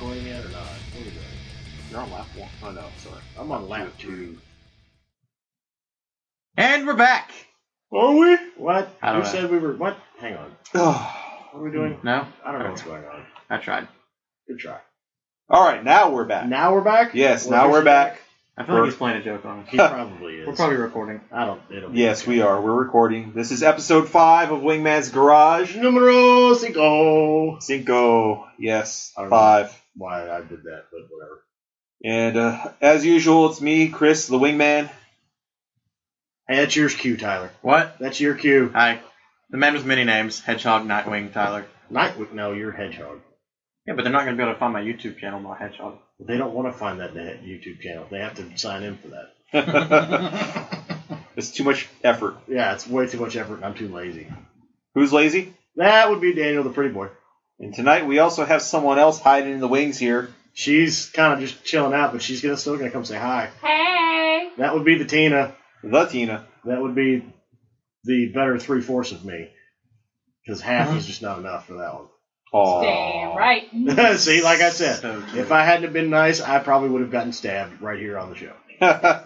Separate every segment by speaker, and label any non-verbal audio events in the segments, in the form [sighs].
Speaker 1: going yet or not? What are we doing? You're on lap one. Oh no, sorry. I'm on lap two.
Speaker 2: And we're back.
Speaker 1: Are we? What?
Speaker 2: I
Speaker 1: Who
Speaker 2: don't know.
Speaker 1: said we were? What? Hang on. What are we doing?
Speaker 3: Hmm.
Speaker 2: No,
Speaker 1: I don't know what's going on.
Speaker 2: I tried.
Speaker 1: Good try.
Speaker 3: [sighs] All right, now we're back.
Speaker 1: Now we're back.
Speaker 3: Uh, yes,
Speaker 1: Well,
Speaker 3: now we're
Speaker 1: should-
Speaker 3: back.
Speaker 2: I feel like he's playing a joke on us.
Speaker 1: He probably
Speaker 3: [laughs]
Speaker 1: is.
Speaker 2: We're probably recording.
Speaker 1: I don't. It'll be
Speaker 3: Yes,
Speaker 1: okay.
Speaker 3: we are. We're recording. This is episode five of Wingman's Garage.
Speaker 1: Numero cinco.
Speaker 3: Cinco. Yes,
Speaker 1: I don't know.
Speaker 3: five.
Speaker 1: Why I did that, but whatever.
Speaker 3: And uh, as usual, it's me, Chris,
Speaker 1: [laughs]
Speaker 3: the Wingman.
Speaker 1: Hey, that's yours, cue, Tyler.
Speaker 2: What?
Speaker 1: That's your cue.
Speaker 2: Hi. The man with many names, Hedgehog, Nightwing, Tyler.
Speaker 1: Nightwing. No, you're Hedgehog.
Speaker 2: Yeah, but they're not going to be able to find my YouTube channel, my Hedgehog.
Speaker 1: They don't want to find that na- YouTube channel. They have to sign in for that.
Speaker 3: it's too much effort.
Speaker 1: Yeah, it's way too much effort, and I'm too lazy.
Speaker 3: Who's lazy?
Speaker 1: That would be Daniel, the pretty boy.
Speaker 3: And tonight we also have someone else hiding in the wings here.
Speaker 1: She's kind of just chilling out, but she's gonna still gonna come say hi.
Speaker 4: Hey.
Speaker 1: That would be the Tina.
Speaker 3: The Tina.
Speaker 1: That would be the better three fourths of me, because half is just not enough for that
Speaker 3: Aw.
Speaker 4: Damn right.
Speaker 2: [laughs]
Speaker 1: one. [laughs] See, like I said,
Speaker 2: So
Speaker 1: if I hadn't have been nice, I probably would have gotten stabbed right here on the show.
Speaker 3: I
Speaker 1: Stabby.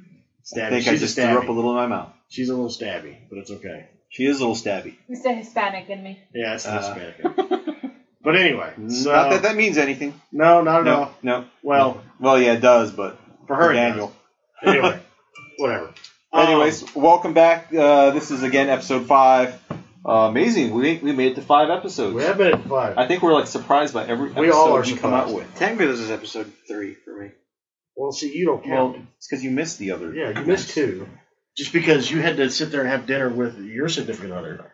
Speaker 3: [laughs] think
Speaker 1: she's
Speaker 3: I just
Speaker 1: a
Speaker 3: threw
Speaker 1: stabby.
Speaker 3: up a little in my mouth.
Speaker 1: She's a little stabby, but it's okay.
Speaker 3: She is a little stabby.
Speaker 4: It's the Hispanic in me.
Speaker 1: Yeah, it's the
Speaker 3: Uh.
Speaker 1: Hispanic. [laughs] but anyway, so,
Speaker 3: Not that that means anything.
Speaker 1: no, not at all.
Speaker 3: No, no.
Speaker 1: Well,
Speaker 3: Well, yeah, it does, but
Speaker 1: for her,
Speaker 3: for
Speaker 1: it
Speaker 3: Daniel.
Speaker 1: does. Anyway, whatever. Um,
Speaker 3: [laughs] Anyways, welcome back. Uh, this is again episode five. Uh, amazing, we we made it to five episodes.
Speaker 1: Um, we have been at five.
Speaker 3: I think we're like surprised by every episode
Speaker 1: We all are
Speaker 3: we come out
Speaker 1: surprised.
Speaker 3: with.
Speaker 2: technically this is episode three for me.
Speaker 1: Well, see, you don't count.
Speaker 3: Well, it's because you missed the other.
Speaker 1: yeah, you missed two. Just because you had to sit there and have dinner with your significant other,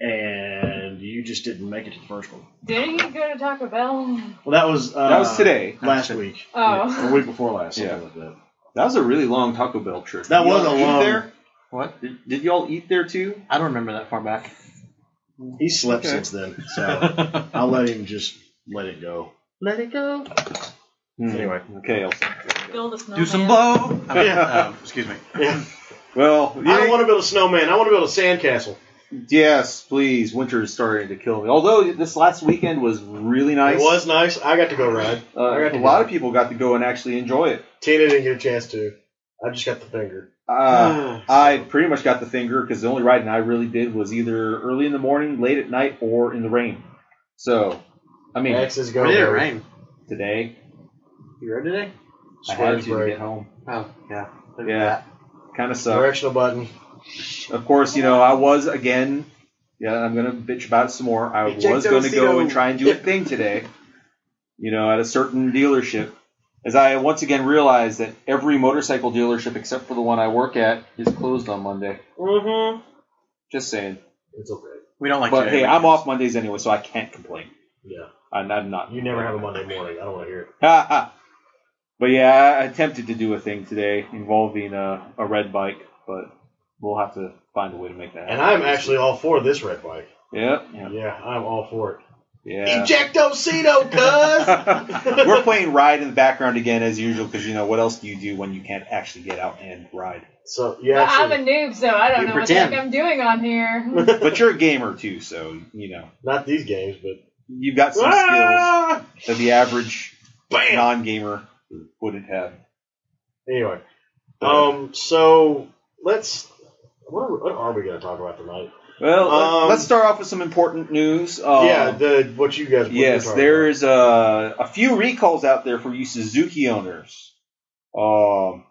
Speaker 1: and you just didn't make it to the first one.
Speaker 4: Didn't you go to Taco Bell?
Speaker 1: Well, that was uh,
Speaker 3: That was today.
Speaker 1: last
Speaker 2: That's
Speaker 1: week, or
Speaker 4: Oh.
Speaker 1: week before last, something
Speaker 3: Yeah.
Speaker 1: like that.
Speaker 3: That was a really long Taco Bell trip.
Speaker 1: That
Speaker 3: Did
Speaker 1: was
Speaker 3: y'all
Speaker 1: a
Speaker 3: eat
Speaker 1: long-
Speaker 3: There?
Speaker 2: What?
Speaker 3: Did, did y'all eat
Speaker 1: [laughs]
Speaker 3: there too?
Speaker 2: I don't remember that far back.
Speaker 1: He slept
Speaker 3: Okay.
Speaker 1: since then, so I'll let him just let it go. Let it go.
Speaker 3: Hmm.
Speaker 1: Anyway.
Speaker 3: okay. Elsa.
Speaker 4: Build a snowman.
Speaker 2: Do some blow. [laughs] I mean,
Speaker 1: Yeah.
Speaker 2: um, excuse me.
Speaker 1: Yeah. [laughs]
Speaker 3: Well,
Speaker 1: I
Speaker 3: yeah,
Speaker 1: don't want to build a snowman. I want to build a sandcastle.
Speaker 3: yes, please. Winter is starting to kill me. Although this last weekend was really nice.
Speaker 1: It was nice. I got to go ride.
Speaker 3: Uh,
Speaker 1: I got
Speaker 3: a
Speaker 1: to
Speaker 3: lot
Speaker 1: go.
Speaker 3: of people got to go and actually enjoy it.
Speaker 1: Tina didn't get a chance to. I just got the finger.
Speaker 3: Uh,
Speaker 1: [sighs]
Speaker 3: I pretty much got the finger because the only riding I really did was either early in the morning, late at night, or in the rain. So, I mean,
Speaker 1: Max is
Speaker 2: Where
Speaker 1: going.
Speaker 2: did it
Speaker 1: over.
Speaker 2: rain?
Speaker 3: today
Speaker 2: You read today?
Speaker 3: I had
Speaker 1: Swears
Speaker 3: to
Speaker 1: break.
Speaker 3: get home.
Speaker 2: Oh yeah. Look at
Speaker 3: Yeah, kind of sucked.
Speaker 1: Directional button.
Speaker 3: Of course, you know I was again. Yeah, I'm gonna bitch about it some more. I
Speaker 2: Ejecto
Speaker 3: was gonna go
Speaker 2: sedo.
Speaker 3: and try and do a thing today. You know, at a certain dealership, as I once again realized that every motorcycle dealership except for the one I work at is closed on Monday.
Speaker 1: Mm-hmm.
Speaker 3: Just saying.
Speaker 1: It's okay.
Speaker 2: We don't like.
Speaker 3: But
Speaker 2: today.
Speaker 3: hey, I'm off Mondays anyway, so I can't complain.
Speaker 1: Yeah.
Speaker 3: I'm, I'm not.
Speaker 1: You never have
Speaker 3: [laughs]
Speaker 1: a Monday morning. I don't want to hear it.
Speaker 3: but yeah, I attempted to do a thing today involving a, a red bike, but we'll have to find a way to make that.
Speaker 1: And I'm
Speaker 3: happen.
Speaker 1: actually all for this red bike.
Speaker 3: Yep. Yeah.
Speaker 1: Yeah, I'm all for it.
Speaker 3: [laughs] yeah.
Speaker 1: Ejectocito,
Speaker 3: [laughs]
Speaker 1: cuz!
Speaker 3: We're playing ride in the background again as usual because you know what else do you do when you can't actually get out and ride?
Speaker 1: so, yeah.
Speaker 4: Well, I'm a noob, so I don't
Speaker 2: You
Speaker 4: know
Speaker 2: pretend.
Speaker 4: what the heck I'm doing on here.
Speaker 2: [laughs]
Speaker 4: [laughs]
Speaker 3: But you're a gamer too, so you know
Speaker 1: Not these games, but.
Speaker 3: you've got some skills
Speaker 1: Ah!
Speaker 3: that the average
Speaker 1: Bam!
Speaker 3: non-gamer wouldn't have.
Speaker 1: Anyway. Um, so, let's. What are, we- what are we going to talk about tonight?
Speaker 3: Well, let-
Speaker 1: Um,
Speaker 3: let's start off with some important news. Um,
Speaker 1: yeah, the what you guys. What you're
Speaker 3: Yes,
Speaker 1: talking
Speaker 3: there is a, a few recalls out there for you Suzuki owners. Um,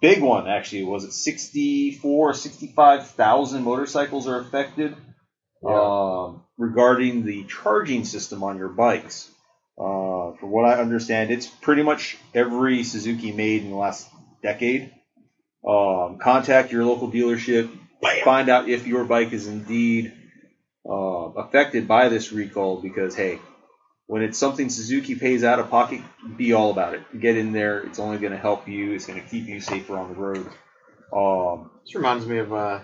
Speaker 3: big one actually was it 64 or 65,000 motorcycles are affected um, regarding the charging system on your bikes. Uh, from what I understand, it's pretty much every Suzuki made in the last decade. Um, contact your local dealership,
Speaker 1: Bam.
Speaker 3: find out if your bike is indeed uh, affected by this recall because, hey, when it's something Suzuki pays out of pocket, be all about it. Get in there. It's only going to help you. It's going to keep you safer on the road. Um,
Speaker 2: This reminds me of uh,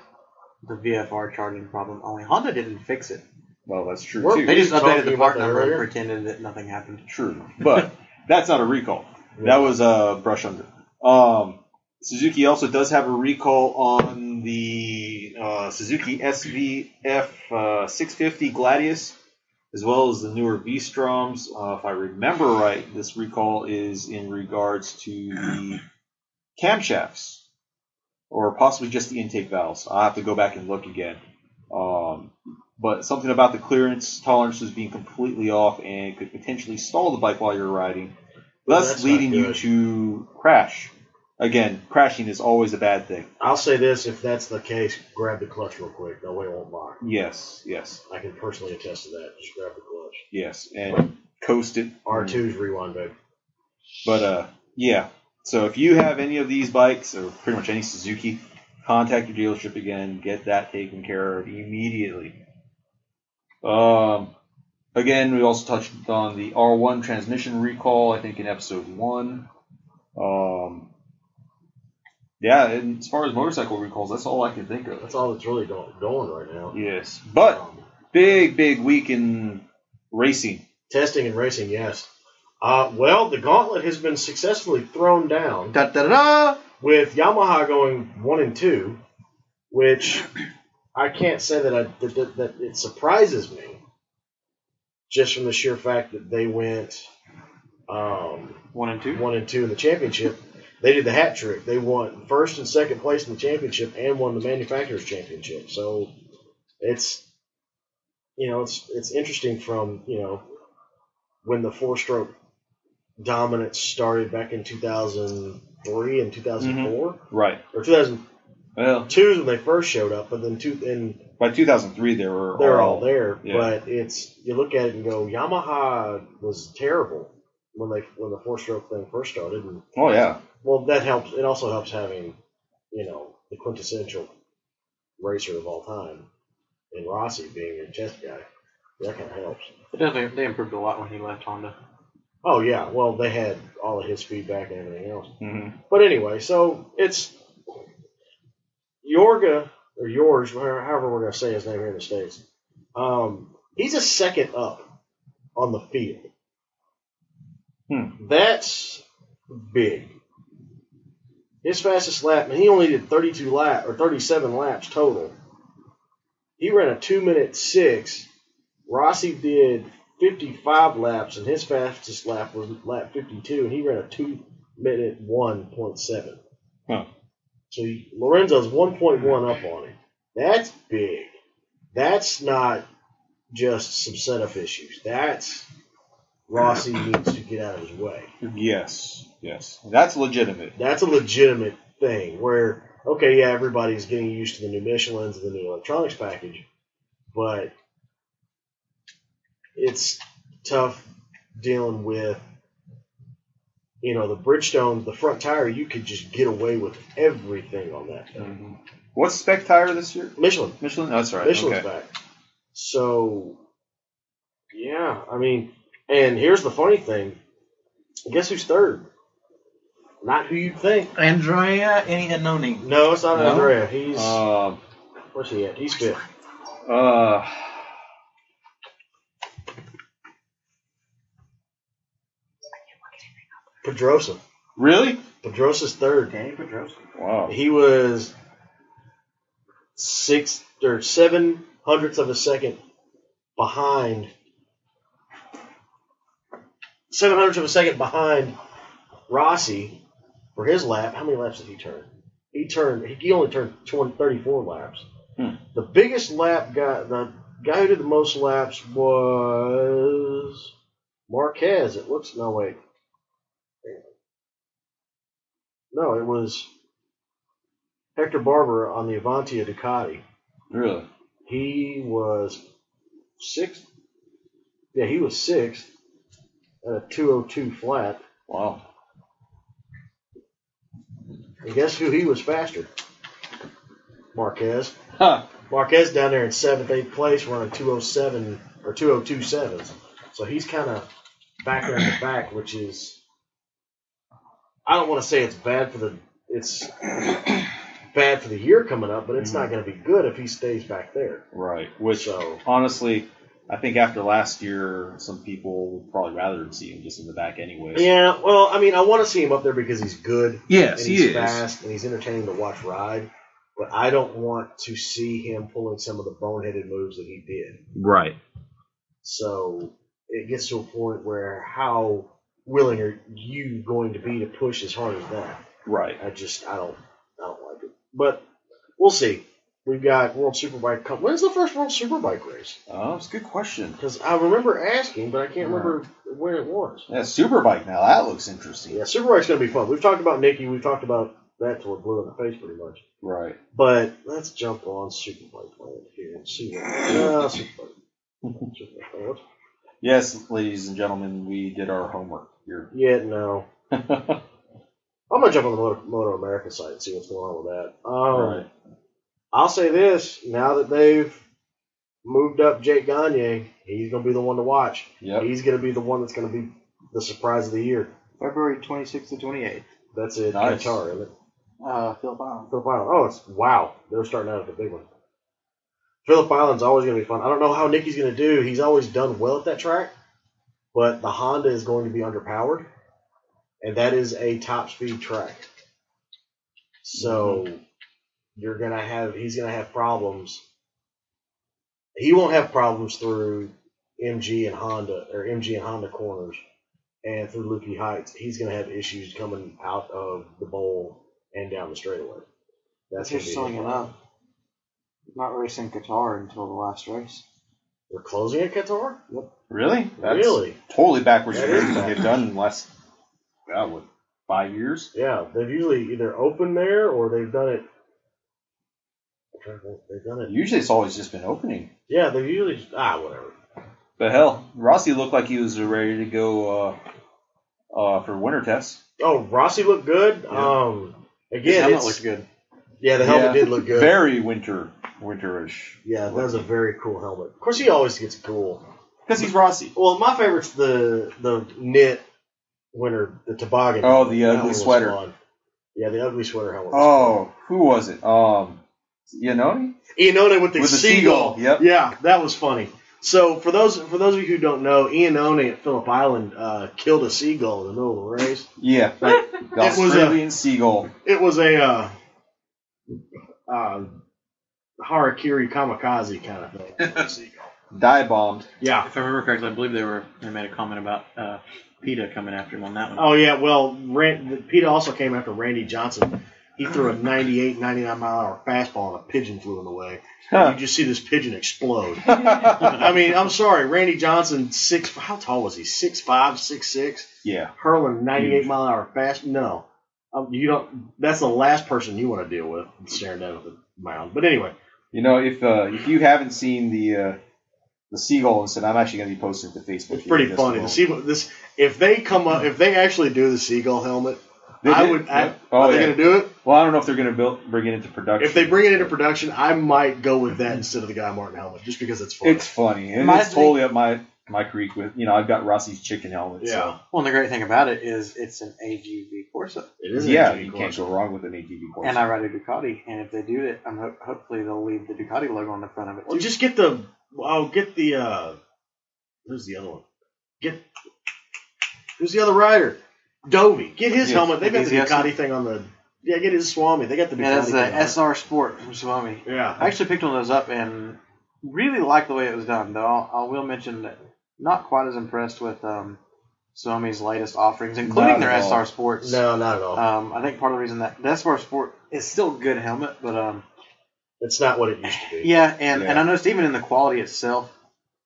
Speaker 2: the VFR charging problem. Only Honda didn't fix it.
Speaker 3: well, that's true,
Speaker 1: We're-
Speaker 3: too.
Speaker 2: They just
Speaker 1: Talking
Speaker 2: updated the
Speaker 1: about
Speaker 2: part
Speaker 1: that
Speaker 2: number and
Speaker 1: earlier?
Speaker 2: pretended that nothing happened.
Speaker 3: True, but that's not a recall. That was a brush under. Um, Suzuki also does have a recall on the uh, Suzuki SVF uh, 650 Gladius as well as the newer V-Stroms. Uh, if I remember right, this recall is in regards to the camshafts, or possibly just the intake valves. I'll have to go back and look again. Um, but something about the clearance tolerances being completely off and could potentially stall the bike while you're riding,
Speaker 1: Well,
Speaker 3: thus
Speaker 1: that's not
Speaker 3: leading you
Speaker 1: good.
Speaker 3: to crash. Again, crashing is always a bad thing.
Speaker 1: I'll say this: if that's the case, grab the clutch real quick. That way it won't lock.
Speaker 3: Yes, yes,
Speaker 1: I can personally attest to that. Just grab the clutch.
Speaker 3: yes, and coast it.
Speaker 1: R 2s rewind, babe.
Speaker 3: But uh, yeah. So if you have any of these bikes, or pretty much any Suzuki, contact your dealership again. Get that taken care of immediately. Um, again, we also touched on the R1 transmission recall. I think in episode one. Um, yeah, and as far as motorcycle recalls, that's all I can think of.
Speaker 1: That's all that's really go- going right now.
Speaker 3: Yes, but
Speaker 1: Um,
Speaker 3: big, big week in racing.
Speaker 1: testing and racing, yes. Uh, well, the gauntlet has been successfully thrown down.
Speaker 2: Da da da da.
Speaker 1: with Yamaha going one and two, which I can't say that I that, that, that it surprises me, just from the sheer fact that they went um,
Speaker 2: One and two.
Speaker 1: one and two in the championship. They did the hat trick. They won first and second place in the championship and won the manufacturers championship. So it's you know it's it's interesting from you know when the four stroke dominance started back in 2003 and
Speaker 2: Mm-hmm.
Speaker 1: 2004
Speaker 3: Right.
Speaker 1: or 2002
Speaker 3: Well,
Speaker 1: is when they first showed up, but then two and
Speaker 3: by 2003, they were
Speaker 1: they're all there.
Speaker 3: Oh, yeah.
Speaker 1: But it's you look at it and go, Yamaha was terrible when they when the four stroke thing first started, and
Speaker 3: Oh yeah.
Speaker 1: well, that helps. It also helps having, you know, the quintessential racer of all time in Rossi being your test guy. That kind of helps.
Speaker 2: It definitely they improved a lot when he left Honda.
Speaker 1: Oh yeah, well they had all of his feedback and everything else.
Speaker 3: hmm
Speaker 1: But anyway, so it's Yorga or yours, where- however we're gonna say his name here in the states. Um, he's a second up on the field.
Speaker 3: Hmm.
Speaker 1: That's big. His fastest lap, and he only did 32 lap or 37 laps total. He ran a two minute six. Rossi did 55 laps, and his fastest lap was lap 52, and he ran a two minute 1.7.
Speaker 3: Huh.
Speaker 1: So Lorenzo's 1.1 up on him. That's big. That's not just some setup issues. That's Rossi needs to get out of his way.
Speaker 3: Yes, yes, that's legitimate.
Speaker 1: That's a legitimate thing where, okay, yeah, everybody's getting used to the new Michelins and the new electronics package, but it's tough dealing with, you know, the Bridgestone, the front tire, you could just get away with everything on that thing.
Speaker 3: What's spec tire this year?
Speaker 1: Michelin.
Speaker 3: Michelin. Oh, That's right.
Speaker 1: Michelin's
Speaker 3: okay.
Speaker 1: back. So, yeah, I mean, and here's the funny thing. Guess who's third? Not who you'd think.
Speaker 2: Andrea Iannone.
Speaker 1: No, it's not
Speaker 3: No?
Speaker 1: Andrea. He's
Speaker 3: Um,
Speaker 1: where's he at? He's fifth.
Speaker 3: uh,
Speaker 1: Pedrosa.
Speaker 3: really?
Speaker 1: Pedrosa's third.
Speaker 2: Danny Pedrosa.
Speaker 3: Wow.
Speaker 1: He was six or seven hundredths of a second behind. Seven hundredths of a second behind Rossi for his lap. How many laps did he turn? He turned. He only turned 20, 34 laps.
Speaker 3: Hmm.
Speaker 1: The biggest lap guy, the guy who did the most laps was Marquez. It looks no wait. No, it was Hector Barber on the Avanti Ducati.
Speaker 3: Really?
Speaker 1: He was sixth. Yeah, he was sixth at a 202 flat.
Speaker 3: Wow.
Speaker 1: And guess who he was faster? Marquez.
Speaker 3: [laughs] Huh.
Speaker 1: Marquez down there in seventh, eighth place, running 207 or 202 sevens. So he's kind of back there in the back, which is I don't want to say it's bad for the it's bad for the year coming up, but it's not going to be good if he stays back there.
Speaker 3: Right. Mm-hmm. Which,
Speaker 1: So-
Speaker 3: honestly, I think after last year, some people would probably rather see him just in the back, anyways.
Speaker 1: Yeah, well, I mean, I want to see him up there because he's good.
Speaker 3: Yes,
Speaker 1: and he's fast and he's entertaining to watch ride. But I don't want to see him pulling some of the boneheaded moves that he did.
Speaker 3: Right.
Speaker 1: So it gets to a point where how willing are you going to be to push as hard as that?
Speaker 3: Right.
Speaker 1: I just I don't I don't like it. But we'll see. We've got World Superbike. Com- When's the first World Superbike race?
Speaker 3: Oh, it's a good question.
Speaker 1: Because I remember asking, but I can't remember when it was.
Speaker 3: Yeah, Superbike. Now that looks interesting.
Speaker 1: Yeah, Superbike's gonna be fun. We've talked about Nikki. We've talked about that till we're blue in the face, pretty much.
Speaker 3: Right.
Speaker 1: But let's jump on Superbike land here and see what. Uh, Superbike. Superbike. What's-
Speaker 3: Yes, ladies and gentlemen, we did our homework here.
Speaker 1: Yeah,
Speaker 3: [laughs]
Speaker 1: no. I'm gonna jump on the Moto, Moto America site and see what's going on with that. Um,
Speaker 3: right.
Speaker 1: I'll say this: now that they've moved up Jake Gagne, he's gonna be the one to watch.
Speaker 3: Yep.
Speaker 1: He's gonna be the one that's gonna be the surprise of the year.
Speaker 2: February 26th to 28th.
Speaker 1: That's it.
Speaker 3: Nice.
Speaker 1: Qatar, isn't it?
Speaker 2: Uh, Phil Island.
Speaker 1: Phillip Island. Oh, it's wow. They're starting out at the big one. Phillip Island's always going to be fun. I don't know how Nicky's going to do. He's always done well at that track, but the Honda is going to be underpowered, and that is a top speed track. So you're going to have he's going to have problems. He won't have problems through MG and Honda or MG and Honda corners and through Lukey Heights. He's going to have issues coming out of the bowl and down the straightaway. That's
Speaker 2: They're
Speaker 1: gonna be
Speaker 2: selling
Speaker 1: his
Speaker 2: it
Speaker 1: problem.
Speaker 2: up. Not racing Qatar until the last race.
Speaker 1: They're closing at Qatar?
Speaker 3: Really? That's
Speaker 1: really?
Speaker 3: totally backwards
Speaker 1: That
Speaker 3: from
Speaker 1: is
Speaker 3: everything they've done in the last, God, what, five years?
Speaker 1: Yeah, they've usually either opened there or they've done it. I'm trying to think. They've done it.
Speaker 3: Usually it's always just been opening.
Speaker 1: Yeah, they've usually ah whatever.
Speaker 3: But hell, Rossi looked like he was ready to go uh, uh, for winter tests.
Speaker 1: Oh, Rossi looked good.
Speaker 3: Yeah.
Speaker 1: Um,
Speaker 2: His
Speaker 1: again,
Speaker 2: helmet
Speaker 1: it's,
Speaker 2: looked good.
Speaker 1: yeah, the helmet
Speaker 3: Yeah.
Speaker 1: did look good.
Speaker 3: Very winter, winterish.
Speaker 1: yeah, that was a very cool helmet. Of course, he always gets cool.
Speaker 3: Because he's Rossi.
Speaker 1: Well, my favorite's the the knit winter, the toboggan.
Speaker 3: Oh, the
Speaker 1: That one
Speaker 3: ugly
Speaker 1: was
Speaker 3: sweater.
Speaker 1: fun. Yeah, the ugly sweater helmet. was
Speaker 3: Oh, who was it? Um, Iannone?
Speaker 1: fun. Ianone with the
Speaker 3: With the
Speaker 1: seagull.
Speaker 3: seagull, yep.
Speaker 1: Yeah, that was funny. So for those for those of you who don't know, Ianone at Phillip Island uh, killed a seagull in the middle of the race.
Speaker 3: Yeah,
Speaker 1: [laughs]
Speaker 3: right. the
Speaker 1: It was a-
Speaker 3: Australian seagull.
Speaker 1: it was a uh, uh, harakiri kamikaze kind of
Speaker 3: [laughs]
Speaker 1: thing. Seagull.
Speaker 3: Die
Speaker 1: [laughs]
Speaker 3: bombed.
Speaker 1: yeah.
Speaker 2: If I remember correctly, I believe they were they made a comment about uh, PETA coming after him on that one.
Speaker 1: Oh yeah. Well, Rand, Peta also came after Randy Johnson. He threw a 98, 99 mile an hour fastball, and a pigeon flew in the way.
Speaker 3: Huh.
Speaker 1: You just see this pigeon explode. I mean, I'm sorry, Randy Johnson, six. How tall was he? Six five, six six.
Speaker 3: yeah.
Speaker 1: Hurling 98
Speaker 3: Huge.
Speaker 1: mile an hour fast. No, um, you don't. That's the last person you want to deal with staring down at the mound. But anyway.
Speaker 3: You know, if uh, if you haven't seen the uh, the seagull incident, I'm actually going to be posting it to Facebook.
Speaker 1: It's
Speaker 3: here in
Speaker 1: pretty
Speaker 3: just a
Speaker 1: funny to
Speaker 3: moment.
Speaker 1: see what this. If they come up, if they actually do the seagull helmet,
Speaker 3: They
Speaker 1: I
Speaker 3: did,
Speaker 1: would.
Speaker 3: yeah.
Speaker 1: I,
Speaker 3: oh
Speaker 1: are
Speaker 3: yeah.
Speaker 1: they going to do it?
Speaker 3: well, I don't know if they're going to build bring it into production.
Speaker 1: If they bring it into production, I might go with that instead of the Guy Martin helmet, just because it's fun.
Speaker 3: it's funny. And
Speaker 2: Reminds
Speaker 3: it's totally up my my creek with you know I've got Rossi's chicken helmet. So.
Speaker 1: yeah,
Speaker 2: Well, and the great thing about it is it's an AGV Corsa,
Speaker 1: it is. an
Speaker 3: Yeah,
Speaker 1: ATV
Speaker 3: you
Speaker 1: course.
Speaker 3: can't go wrong with an ATV course.
Speaker 2: and I ride a Ducati. And if they do it, I'm ho- hopefully they'll leave the Ducati logo on the front of it.
Speaker 1: Well,
Speaker 2: Too.
Speaker 1: just get the. I'll get the. uh Who's the other one? Get. Who's the other rider? Dovey. Get his
Speaker 3: Yeah.
Speaker 1: helmet. They've got the
Speaker 2: Yes.
Speaker 1: Ducati thing on the. Yeah, get his Swami. They got the Ducati.
Speaker 2: yeah, that's the
Speaker 1: thing on it.
Speaker 2: SR Sport from Swami.
Speaker 1: Yeah.
Speaker 2: I actually picked one of those up and really liked the way it was done. Though I'll, I will mention that not quite as impressed with um, Swami's latest offerings, including
Speaker 3: Not
Speaker 2: their
Speaker 3: at all.
Speaker 2: SR Sports.
Speaker 1: No, not at all.
Speaker 2: Um, I think part of the reason that the SR Sport is still a good helmet, but um,
Speaker 1: it's not what it used to be.
Speaker 2: Yeah, and, and
Speaker 3: Yeah.
Speaker 2: I noticed even in the quality itself,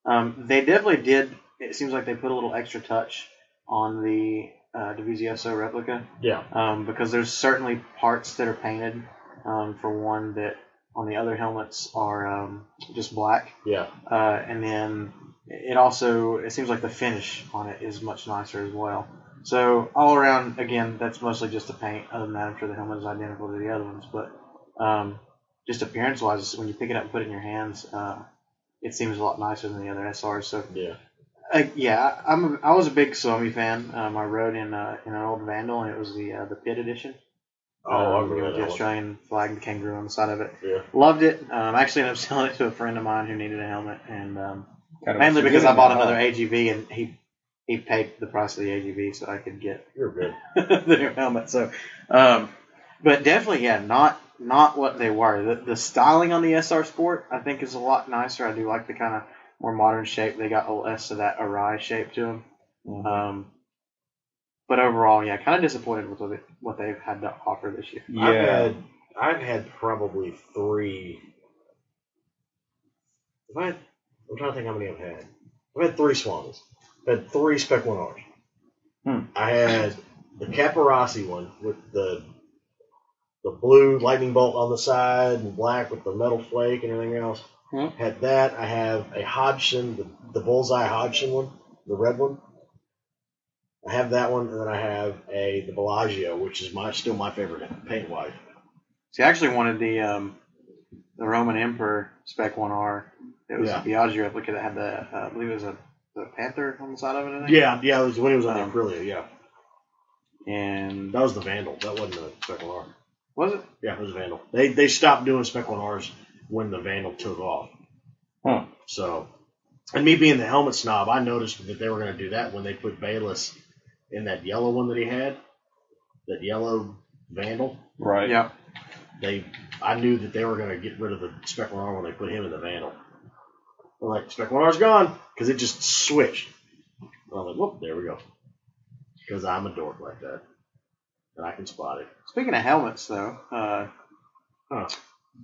Speaker 2: um, they definitely did. It seems like they put a little extra touch on the uh, Divizioso replica
Speaker 1: Yeah.
Speaker 2: um, because there's certainly parts that are painted. Um, for one, that on the other helmets are um, just black,
Speaker 1: Yeah.
Speaker 2: uh, and then it also it seems like the finish on it is much nicer as well. So all around, again, that's mostly just the paint. Other than that, I'm sure the helmet is identical to the other ones, but um, just appearance-wise, when you pick it up and put it in your hands, uh, it seems a lot nicer than the other SRs. So
Speaker 1: Yeah.
Speaker 2: uh, yeah, I- I'm. A, I was a big Suomi fan. Um, I rode in uh, in an old Vandal, and it was the uh, the pit edition.
Speaker 1: Oh, I
Speaker 2: um,
Speaker 1: remember
Speaker 2: with the
Speaker 1: that one.
Speaker 2: Australian flag and kangaroo on the side of it.
Speaker 1: Yeah.
Speaker 2: Loved it. Um, I actually ended up [laughs] selling it to a friend of mine who needed a helmet, and um,
Speaker 3: Kind of what
Speaker 2: mainly
Speaker 3: you're
Speaker 2: because
Speaker 3: doing
Speaker 2: I bought
Speaker 3: now.
Speaker 2: another AGV, and he he paid the price of the AGV so I could get
Speaker 1: You're good.
Speaker 2: [laughs] the new helmet. So, um, but definitely, yeah, not not what they were. The, the styling on the SR Sport, I think, is a lot nicer. I do like the kind of more modern shape. They got a less of that awry shape to them.
Speaker 3: Uh-huh.
Speaker 2: Um, but overall, yeah, kind of disappointed with what, they, what they've had to offer this year.
Speaker 1: I've
Speaker 3: yeah.
Speaker 1: had I've had probably three. If I, I'm trying to think how many I've had. I've had three Swans. I've had three Spec One R's.
Speaker 3: Hmm.
Speaker 1: I had the Caparossi one with the the blue lightning bolt on the side and black with the metal flake and everything else.
Speaker 2: Hmm.
Speaker 1: Had that. I have a Hodgson, the, the bullseye Hodgson one, the red one. I have that one, and then I have a the Bellagio, which is my still my favorite paint wise.
Speaker 2: See, I actually wanted the um, the Roman Emperor Spec 1R. It was
Speaker 1: Yeah.
Speaker 2: a Biagio replica that had the, uh, I believe it was a, the Panther on the side of it, I think.
Speaker 1: Yeah, yeah, it was when it was on
Speaker 2: Um,
Speaker 1: Aprilia, yeah.
Speaker 2: And
Speaker 1: That was the Vandal. That wasn't the Spec 1R.
Speaker 2: was it?
Speaker 1: Yeah, it was Vandal. They they stopped doing Spec 1Rs when the Vandal took off.
Speaker 3: Huh.
Speaker 1: So, and me being the helmet snob, I noticed that they were going to do that when they put Bayless in that yellow one that he had, that yellow Vandal.
Speaker 3: Right.
Speaker 2: Yeah.
Speaker 1: They, I knew that they were going to get rid of the Spec 1R when they put him in the Vandal. I'm like, Spec 1R's gone because it just switched. And I'm like, whoop, there we go. Because I'm a dork like that, and I can spot it.
Speaker 2: Speaking of helmets, though, uh,
Speaker 1: Huh.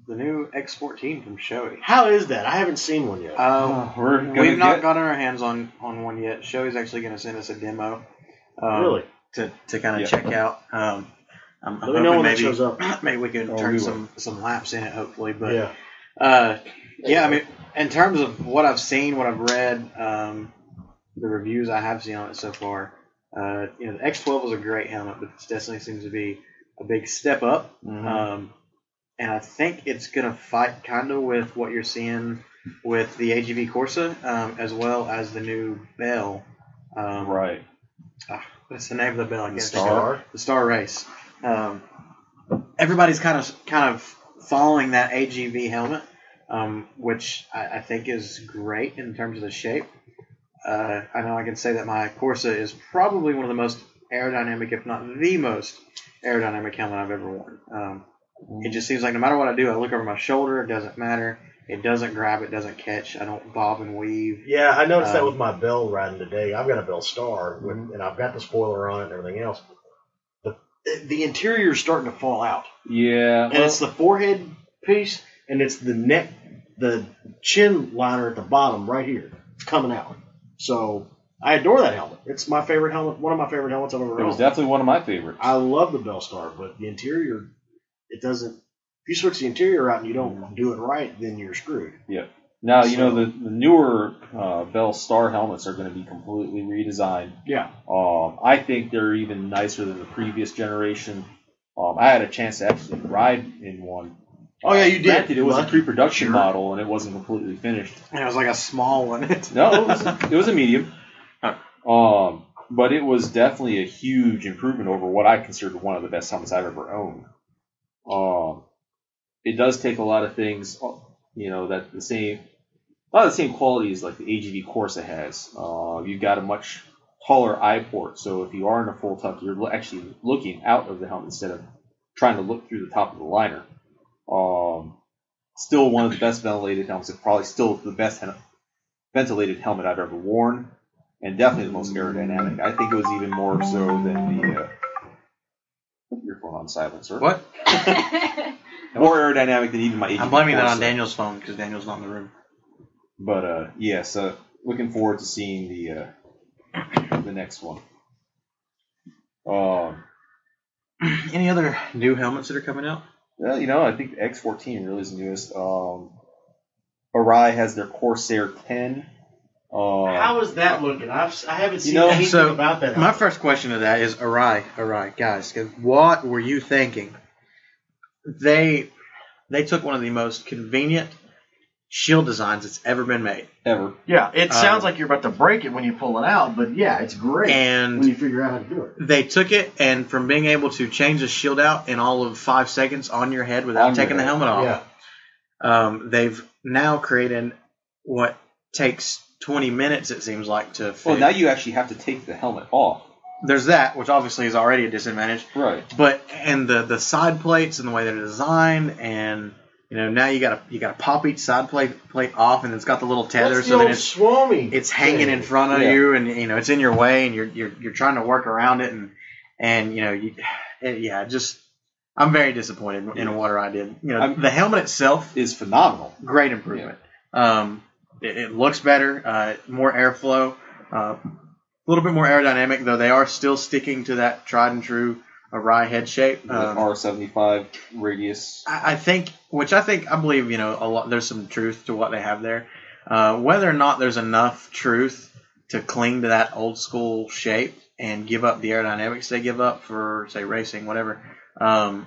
Speaker 2: the new X14 from Shoei.
Speaker 1: How is that? I haven't seen one yet.
Speaker 2: Um,
Speaker 3: Uh, we're gonna
Speaker 2: We've not
Speaker 3: get-
Speaker 2: gotten our hands on, on one yet. Shoei's actually going to send us a demo. Um,
Speaker 1: really?
Speaker 2: To, to kind of
Speaker 3: Yeah.
Speaker 2: check out. Um, I'm,
Speaker 1: Let
Speaker 2: I'm
Speaker 1: me know
Speaker 2: hoping
Speaker 1: when that
Speaker 2: maybe,
Speaker 1: shows up.
Speaker 2: maybe we can
Speaker 3: Oh,
Speaker 2: turn
Speaker 3: we will.
Speaker 2: some, some laps in it, hopefully. But
Speaker 1: yeah.
Speaker 2: Uh, yeah, I mean, in terms of what I've seen, what I've read, um, the reviews I have seen on it so far, uh, you know, the X12 was a great helmet, but this definitely seems to be a big step up.
Speaker 3: Mhm.
Speaker 2: Um, and I think it's going to fight kind of with what you're seeing with the AGV Corsa, um, as well as the new Bell. Um,
Speaker 3: right.
Speaker 2: ah, what's the name of the Bell? I
Speaker 3: The
Speaker 2: guess
Speaker 3: Star.
Speaker 2: the Star Race. Um, everybody's kind of kind of following that AGV helmet, um, which I, I think is great in terms of the shape. Uh, I know I can say that my Corsa is probably one of the most aerodynamic, if not the most aerodynamic helmet I've ever worn. Um, it just seems like no matter what I do, I look over my shoulder. It doesn't matter. It doesn't grab. It doesn't catch. I don't bob and weave.
Speaker 1: Yeah, I noticed that
Speaker 2: Um,
Speaker 1: with my Bell riding today. I've got a Bell Star, with, and I've got the spoiler on it and everything else. The, the interior is starting to fall out.
Speaker 3: Yeah.
Speaker 1: And it's the forehead piece, and it's the neck, the chin liner at the bottom right here. It's coming out. So I adore that helmet. It's my favorite helmet, one of my favorite helmets I've ever
Speaker 3: It was
Speaker 1: owned.
Speaker 3: definitely one of my favorites.
Speaker 1: I love the Bell Star, but the interior, it doesn't. If you switch the interior out and you don't do it right, then you're screwed.
Speaker 3: now you
Speaker 1: so-
Speaker 3: know the, the newer uh, Bell Star helmets are going to be completely redesigned.
Speaker 1: Yeah.
Speaker 3: Um, I think they're even nicer than the previous generation. Um, I had a chance to actually ride in one.
Speaker 1: Oh, yeah, you
Speaker 3: Uh,
Speaker 1: did.
Speaker 3: Granted, it was a
Speaker 1: Lucky.
Speaker 3: pre-production
Speaker 1: Sure.
Speaker 3: model and it wasn't completely finished.
Speaker 2: And it was like a small one. [laughs]
Speaker 3: No, it was, it was a medium. Um, but it was definitely a huge improvement over what I considered one of the best helmets I've ever owned. Um, it does take a lot of things, uh, you know, that the same, a lot of the same qualities like the AGV Corsa has. Uh, you've got a much taller eye port, so if you are in a full tuck, you're lo- actually looking out of the helmet instead of trying to look through the top of the liner. Um, still one of the best ventilated helmets, and probably still the best hel- ventilated helmet I've ever worn, and definitely the most aerodynamic. I think it was even more so than the. Uh, put your phone on silent, sir.
Speaker 2: What?
Speaker 3: More aerodynamic than even my. AGV
Speaker 2: I'm blaming that on
Speaker 3: Corsa.
Speaker 2: Daniel's phone because Daniel's not in the room.
Speaker 3: But uh, yeah, so looking forward to seeing the uh, the next one. Um,
Speaker 2: Any other new helmets that are coming out?
Speaker 3: well, you know, I think the X14 really is the newest. Um, Arai has their Corsair 10. Um,
Speaker 1: How is that looking? I've, I haven't seen
Speaker 3: know,
Speaker 1: anything
Speaker 2: so,
Speaker 1: about that.
Speaker 2: My first question to that is, Arai, Arai, guys, what were you thinking? They they took one of the most convenient shield designs that's ever been made,
Speaker 3: ever?
Speaker 1: yeah, it sounds
Speaker 2: um,
Speaker 1: like you're about to break it when you pull it out, but yeah, it's great
Speaker 2: and
Speaker 1: when you figure out how to do it.
Speaker 2: they took it and from being able to change the shield out in all of five seconds on your head
Speaker 3: On
Speaker 2: without
Speaker 3: your
Speaker 2: taking the
Speaker 3: head,
Speaker 2: helmet off,
Speaker 1: yeah,
Speaker 2: um, they've now created what takes 20 minutes, it seems like, to fit.
Speaker 3: Well, now you actually have to take the helmet off.
Speaker 2: There's that, which obviously is already a disadvantage.
Speaker 3: Right.
Speaker 2: But and the the side plates and the way they're designed and You know, now you gotta you gotta pop each side plate plate off, and it's got the little tether,
Speaker 1: That's the
Speaker 2: so
Speaker 1: old
Speaker 2: that it's
Speaker 1: Swami.
Speaker 2: it's hanging in front of
Speaker 3: Yeah.
Speaker 2: you, and you know it's in your way, and you're you're you're trying to work around it, and and you know you, it, yeah, just I'm very disappointed in what I did. You know,
Speaker 3: I'm-
Speaker 2: the helmet itself
Speaker 3: is phenomenal.
Speaker 2: great improvement. Um, it, it looks better, uh, more airflow, uh, a little bit more aerodynamic, though they are still sticking to that tried and true uh, rye head shape. Um,
Speaker 3: R seventy five radius.
Speaker 2: I, I think, which I think, I believe, you know, a lot. There's some truth to what they have there. Uh, whether or not there's enough truth to cling to that old school shape and give up the aerodynamics they give up for, say, racing, whatever. Um,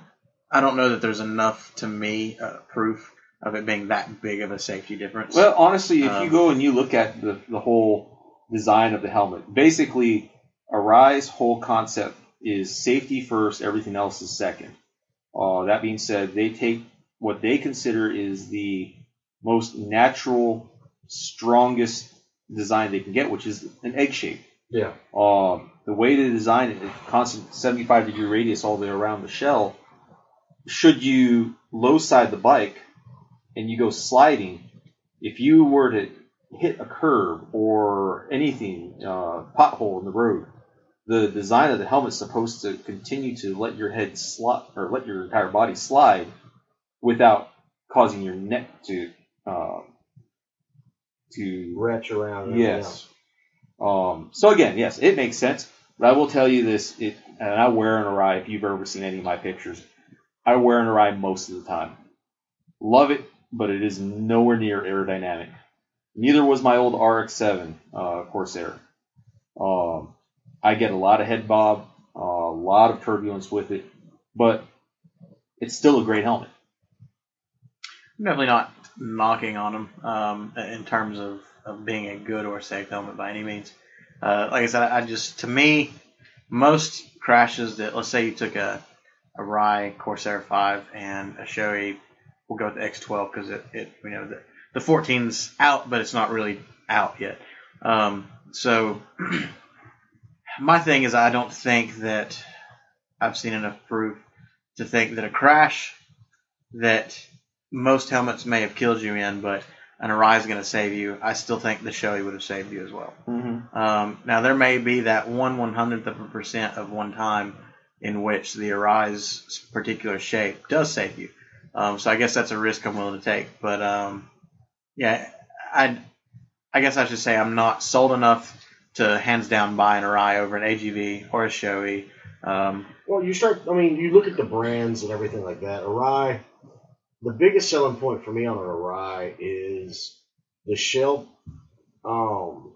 Speaker 2: I don't know that there's enough to me uh, proof of it being that big of a safety difference.
Speaker 3: Well, honestly, if
Speaker 2: Um,
Speaker 3: you go and you look at the, the whole design of the helmet, basically, Arise whole concept is safety first, everything else is second. Uh, that being said, they take what they consider is the most natural, strongest design they can get, which is an egg shape.
Speaker 1: Yeah.
Speaker 3: Um, the way they design it, a constant 75 degree radius all the way around the shell. Should you low side the bike and you go sliding, if you were to hit a curb or anything, uh, pothole in the road, the design of the helmet's supposed to continue to let your head slide or let your entire body slide without causing your neck to uh, to
Speaker 1: Wretch around. and
Speaker 3: Yes. Um, so again, yes, it makes sense. But I will tell you this: it, and I wear an Arai. If you've ever seen any of my pictures, I wear an Arai most of the time. Love it, but it is nowhere near aerodynamic. Neither was my old RX-7 uh, Corsair. Um, I get a lot of head bob, a lot of turbulence with it, but it's still a great helmet.
Speaker 2: I'm definitely not knocking on them um, in terms of, of being a good or safe helmet by any means. Uh, like I said, I just to me, most crashes that let's say you took a a Rye Corsair five and a Shoei, we'll go with the X twelve because it, it you know the the 14's out, but it's not really out yet. Um, so [clears throat] my thing is I don't think that I've seen enough proof to think that a crash that most helmets may have killed you in, but an Arai is going to save you. I still think the Shoei would have saved you as well.
Speaker 3: Mm-hmm.
Speaker 2: Um, now there may be that one one hundredth of a percent of one time in which the Arai's particular shape does save you. Um, so I guess that's a risk I'm willing to take. But um, yeah, I I guess I should say I'm not sold enough to hands down buy an Arai over an AGV or a Shoei. Um,
Speaker 1: Well, you start. I mean, you look at the brands and everything like that. Arai. The biggest selling point for me on an Arai is the shell. Um,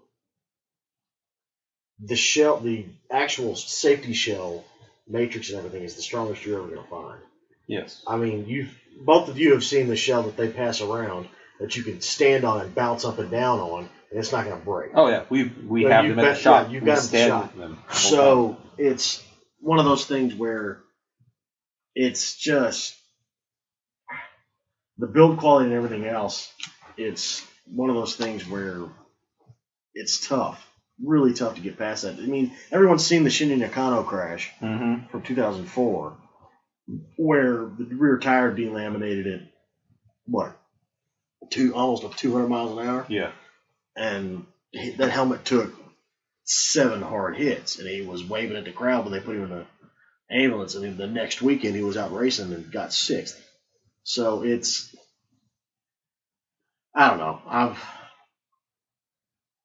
Speaker 1: the shell, the actual safety shell matrix and everything is the strongest you're ever going to find.
Speaker 3: Yes.
Speaker 1: I mean, you have both of you have seen the shell that they pass around that you can stand on and bounce up and down on, and it's not going to break.
Speaker 3: Oh yeah, we we
Speaker 1: Yeah,
Speaker 3: have
Speaker 1: you've
Speaker 3: them at
Speaker 1: got-
Speaker 3: the shop.
Speaker 1: yeah, you've
Speaker 3: We
Speaker 1: got them at the
Speaker 3: stand
Speaker 1: shop.
Speaker 3: with them.
Speaker 1: So it's one of those things where it's just the build quality and everything else. It's one of those things where it's tough, really tough to get past that. I mean, everyone's seen the Shinji Nakano crash
Speaker 3: hmm
Speaker 1: from 2004, where the rear tire delaminated at what two almost up 200 miles an hour
Speaker 3: Yeah.
Speaker 1: and he- that helmet took seven hard hits, and he was waving at the crowd, but they put him in an ambulance, and then the next weekend he was out racing and got sixth. So it's, I don't know, I've,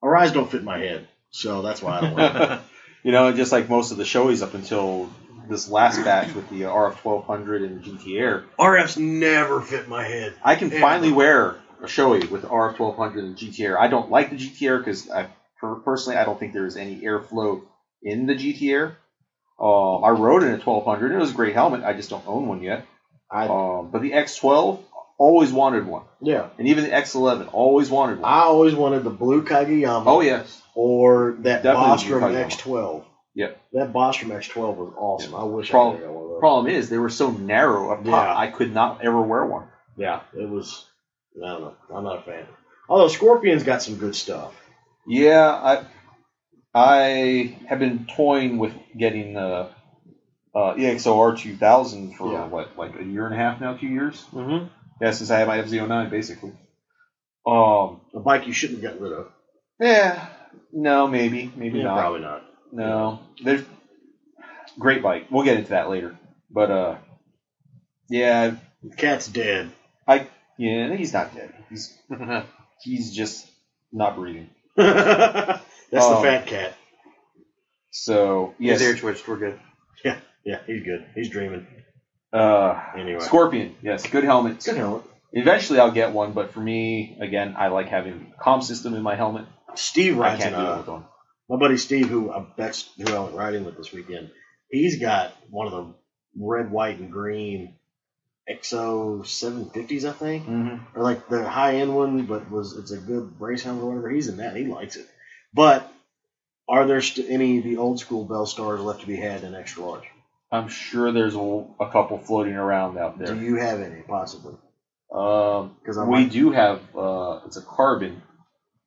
Speaker 1: our eyes don't fit my head, so that's why I don't like
Speaker 3: [laughs]
Speaker 1: it.
Speaker 3: [laughs] you know, just like most of the showies up until this last batch with the RF 1200 and GT Air,
Speaker 1: RFs never fit my head.
Speaker 3: I can
Speaker 1: Yeah.
Speaker 3: finally wear a showy with the RF 1200 and GT Air. I don't like the GT Air because I per- personally I don't think there is any airflow in the GT Air. Um, I rode in a 1200. It was a great helmet. I just don't own one yet.
Speaker 1: I-
Speaker 3: Um, but the X12 always wanted one,
Speaker 1: Yeah,
Speaker 3: and even the X11 always wanted one.
Speaker 1: I always wanted the blue Kageyama
Speaker 3: oh yes,
Speaker 1: or that
Speaker 3: Definitely the blue
Speaker 1: Bostrom
Speaker 3: Kageyama.
Speaker 1: X12.
Speaker 3: Yep.
Speaker 1: That Bostrom X12 was awesome. I wish
Speaker 3: Problem-
Speaker 1: I could have got one of those.
Speaker 3: Problem is, they were so narrow up top,
Speaker 1: Yeah.
Speaker 3: I could not ever wear one.
Speaker 1: Yeah, it was. I don't know. I'm not a fan. Although Scorpion's got some good stuff.
Speaker 3: Yeah, I I have been toying with getting the uh, EXOR 2000 for
Speaker 1: Yeah.
Speaker 3: what, like a year and a half now, two years.
Speaker 2: mm-hmm.
Speaker 3: Yeah, since I have my F09, basically. Um,
Speaker 1: A bike you shouldn't have gotten rid of.
Speaker 3: yeah, no, maybe, maybe
Speaker 1: Yeah,
Speaker 3: not.
Speaker 1: Probably not.
Speaker 3: No, there's great bike. We'll get into that later. But uh, yeah,
Speaker 1: The cat's dead. [laughs]
Speaker 3: yeah, he's not dead. He's he's just not breathing.
Speaker 1: That's the
Speaker 3: Oh.
Speaker 1: fat cat.
Speaker 3: So
Speaker 2: His ear
Speaker 3: yes,
Speaker 2: twitched. We're good.
Speaker 1: Yeah, he's good. He's dreaming.
Speaker 3: uh,
Speaker 1: Anyway.
Speaker 3: Scorpion. Yes, good helmet.
Speaker 1: Good helmet.
Speaker 3: Eventually, I'll get one. But for me, again, I like having comp system in my helmet.
Speaker 1: Steve
Speaker 3: I
Speaker 1: rides
Speaker 3: can't
Speaker 1: in
Speaker 3: do it
Speaker 1: a,
Speaker 3: with one.
Speaker 1: my buddy Steve, who I, that's who I went riding with this weekend. He's got one of the red, white, and green XO 750s, I think,
Speaker 3: Mm-hmm.
Speaker 1: or like the high end one, but was it's a good brace helmet or whatever. He's in that. He likes it. But are there st- any of the old school Bell Stars left to be had in extra large?
Speaker 3: I'm sure there's a, a couple floating around out
Speaker 1: Do
Speaker 3: there.
Speaker 1: you have any possibly?
Speaker 3: Um,
Speaker 1: 'Cause I
Speaker 3: we
Speaker 1: might-
Speaker 3: do have uh, it's a carbon.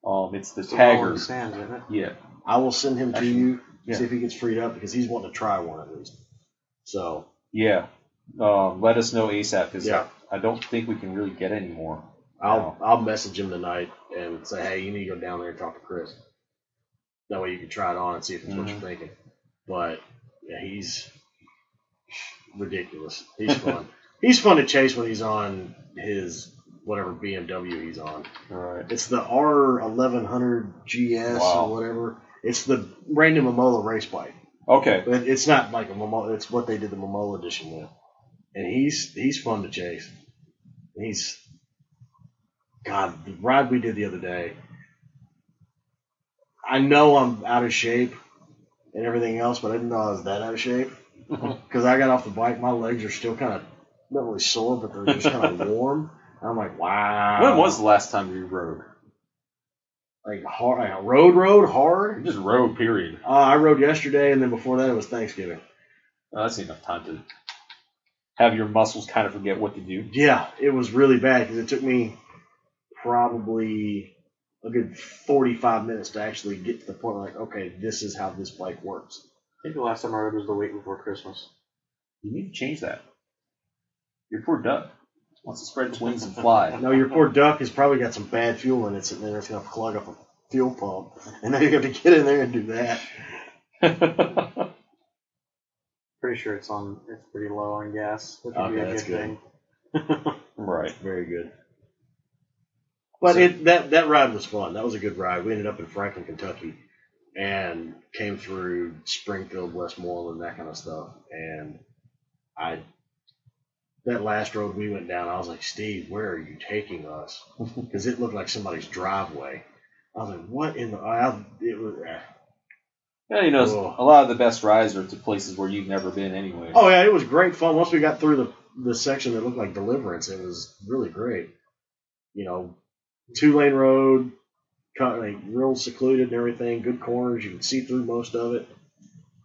Speaker 3: Um, it's the
Speaker 2: It's a wall in
Speaker 3: Tagger.
Speaker 2: the sand, isn't it?
Speaker 3: Yeah.
Speaker 1: I will send him to
Speaker 3: Actually,
Speaker 1: you.
Speaker 3: yeah.
Speaker 1: See if he gets freed up because he's wanting to try one at least. So
Speaker 3: Yeah. Um, let us know ASAP because
Speaker 1: Yeah.
Speaker 3: I, I don't think we can really get any more.
Speaker 1: I'll I'll message him tonight and say, hey, you need to go down there and talk to Chris. That way you can try it on and see if it's what you're thinking. But yeah, he's ridiculous. He's fun. he's fun to chase when he's on his whatever BMW he's on.
Speaker 3: All right.
Speaker 1: It's the R1100 GS
Speaker 3: Wow.
Speaker 1: or whatever. It's the Randy Momola race bike.
Speaker 3: Okay.
Speaker 1: But it's not like a Momola. It's what they did the Momola edition with, and he's he's fun to chase. He's God. The ride we did the other day. I know I'm out of shape and everything else, but I didn't know I was that out of shape because I got off the bike. My legs are still kind of not really sore, but they're just kind of warm. I'm like, wow.
Speaker 3: When was the last time you rode?
Speaker 1: like hard? Like road, road
Speaker 3: You
Speaker 1: hard.
Speaker 3: just rode, period.
Speaker 1: Uh, I rode yesterday, and then before that it was Thanksgiving.
Speaker 3: Uh, that's enough time to have your muscles kind of forget what to do.
Speaker 1: Yeah, it was really bad because it took me probably a good 45 minutes to actually get to the point like, okay, this is how this bike works.
Speaker 2: I think the last time I rode was the week before Christmas.
Speaker 3: You need to change that. Your poor duck wants to spread its wings
Speaker 1: [laughs]
Speaker 3: and fly.
Speaker 1: No, your poor duck has probably got some bad fuel in it sitting there. It's going to clog up a fuel pump. And now you have to get in there and do that.
Speaker 2: Pretty sure it's on. It's pretty low on gas, which would be
Speaker 1: Okay,
Speaker 2: a
Speaker 1: that's
Speaker 2: good,
Speaker 1: good.
Speaker 2: thing.
Speaker 3: right.
Speaker 1: Very good. But
Speaker 3: So-
Speaker 1: it that that ride was fun. That was a good ride. We ended up in Franklin, Kentucky, and came through Springfield, Westmoreland, that kind of stuff. And I that last road we went down, I was like, Steve, where are you taking [laughs] us? Because it looked like somebody's driveway. I was like, what in the? I, it was. eh.
Speaker 3: Yeah, you know,
Speaker 1: Cool.
Speaker 3: a lot of the best rides are to places where you've never been anyway.
Speaker 1: Oh yeah, it was great fun. Once we got through the the section that looked like Deliverance, it was really great. You know, two lane road, kind of like real secluded and everything. Good corners, you could see through most of it.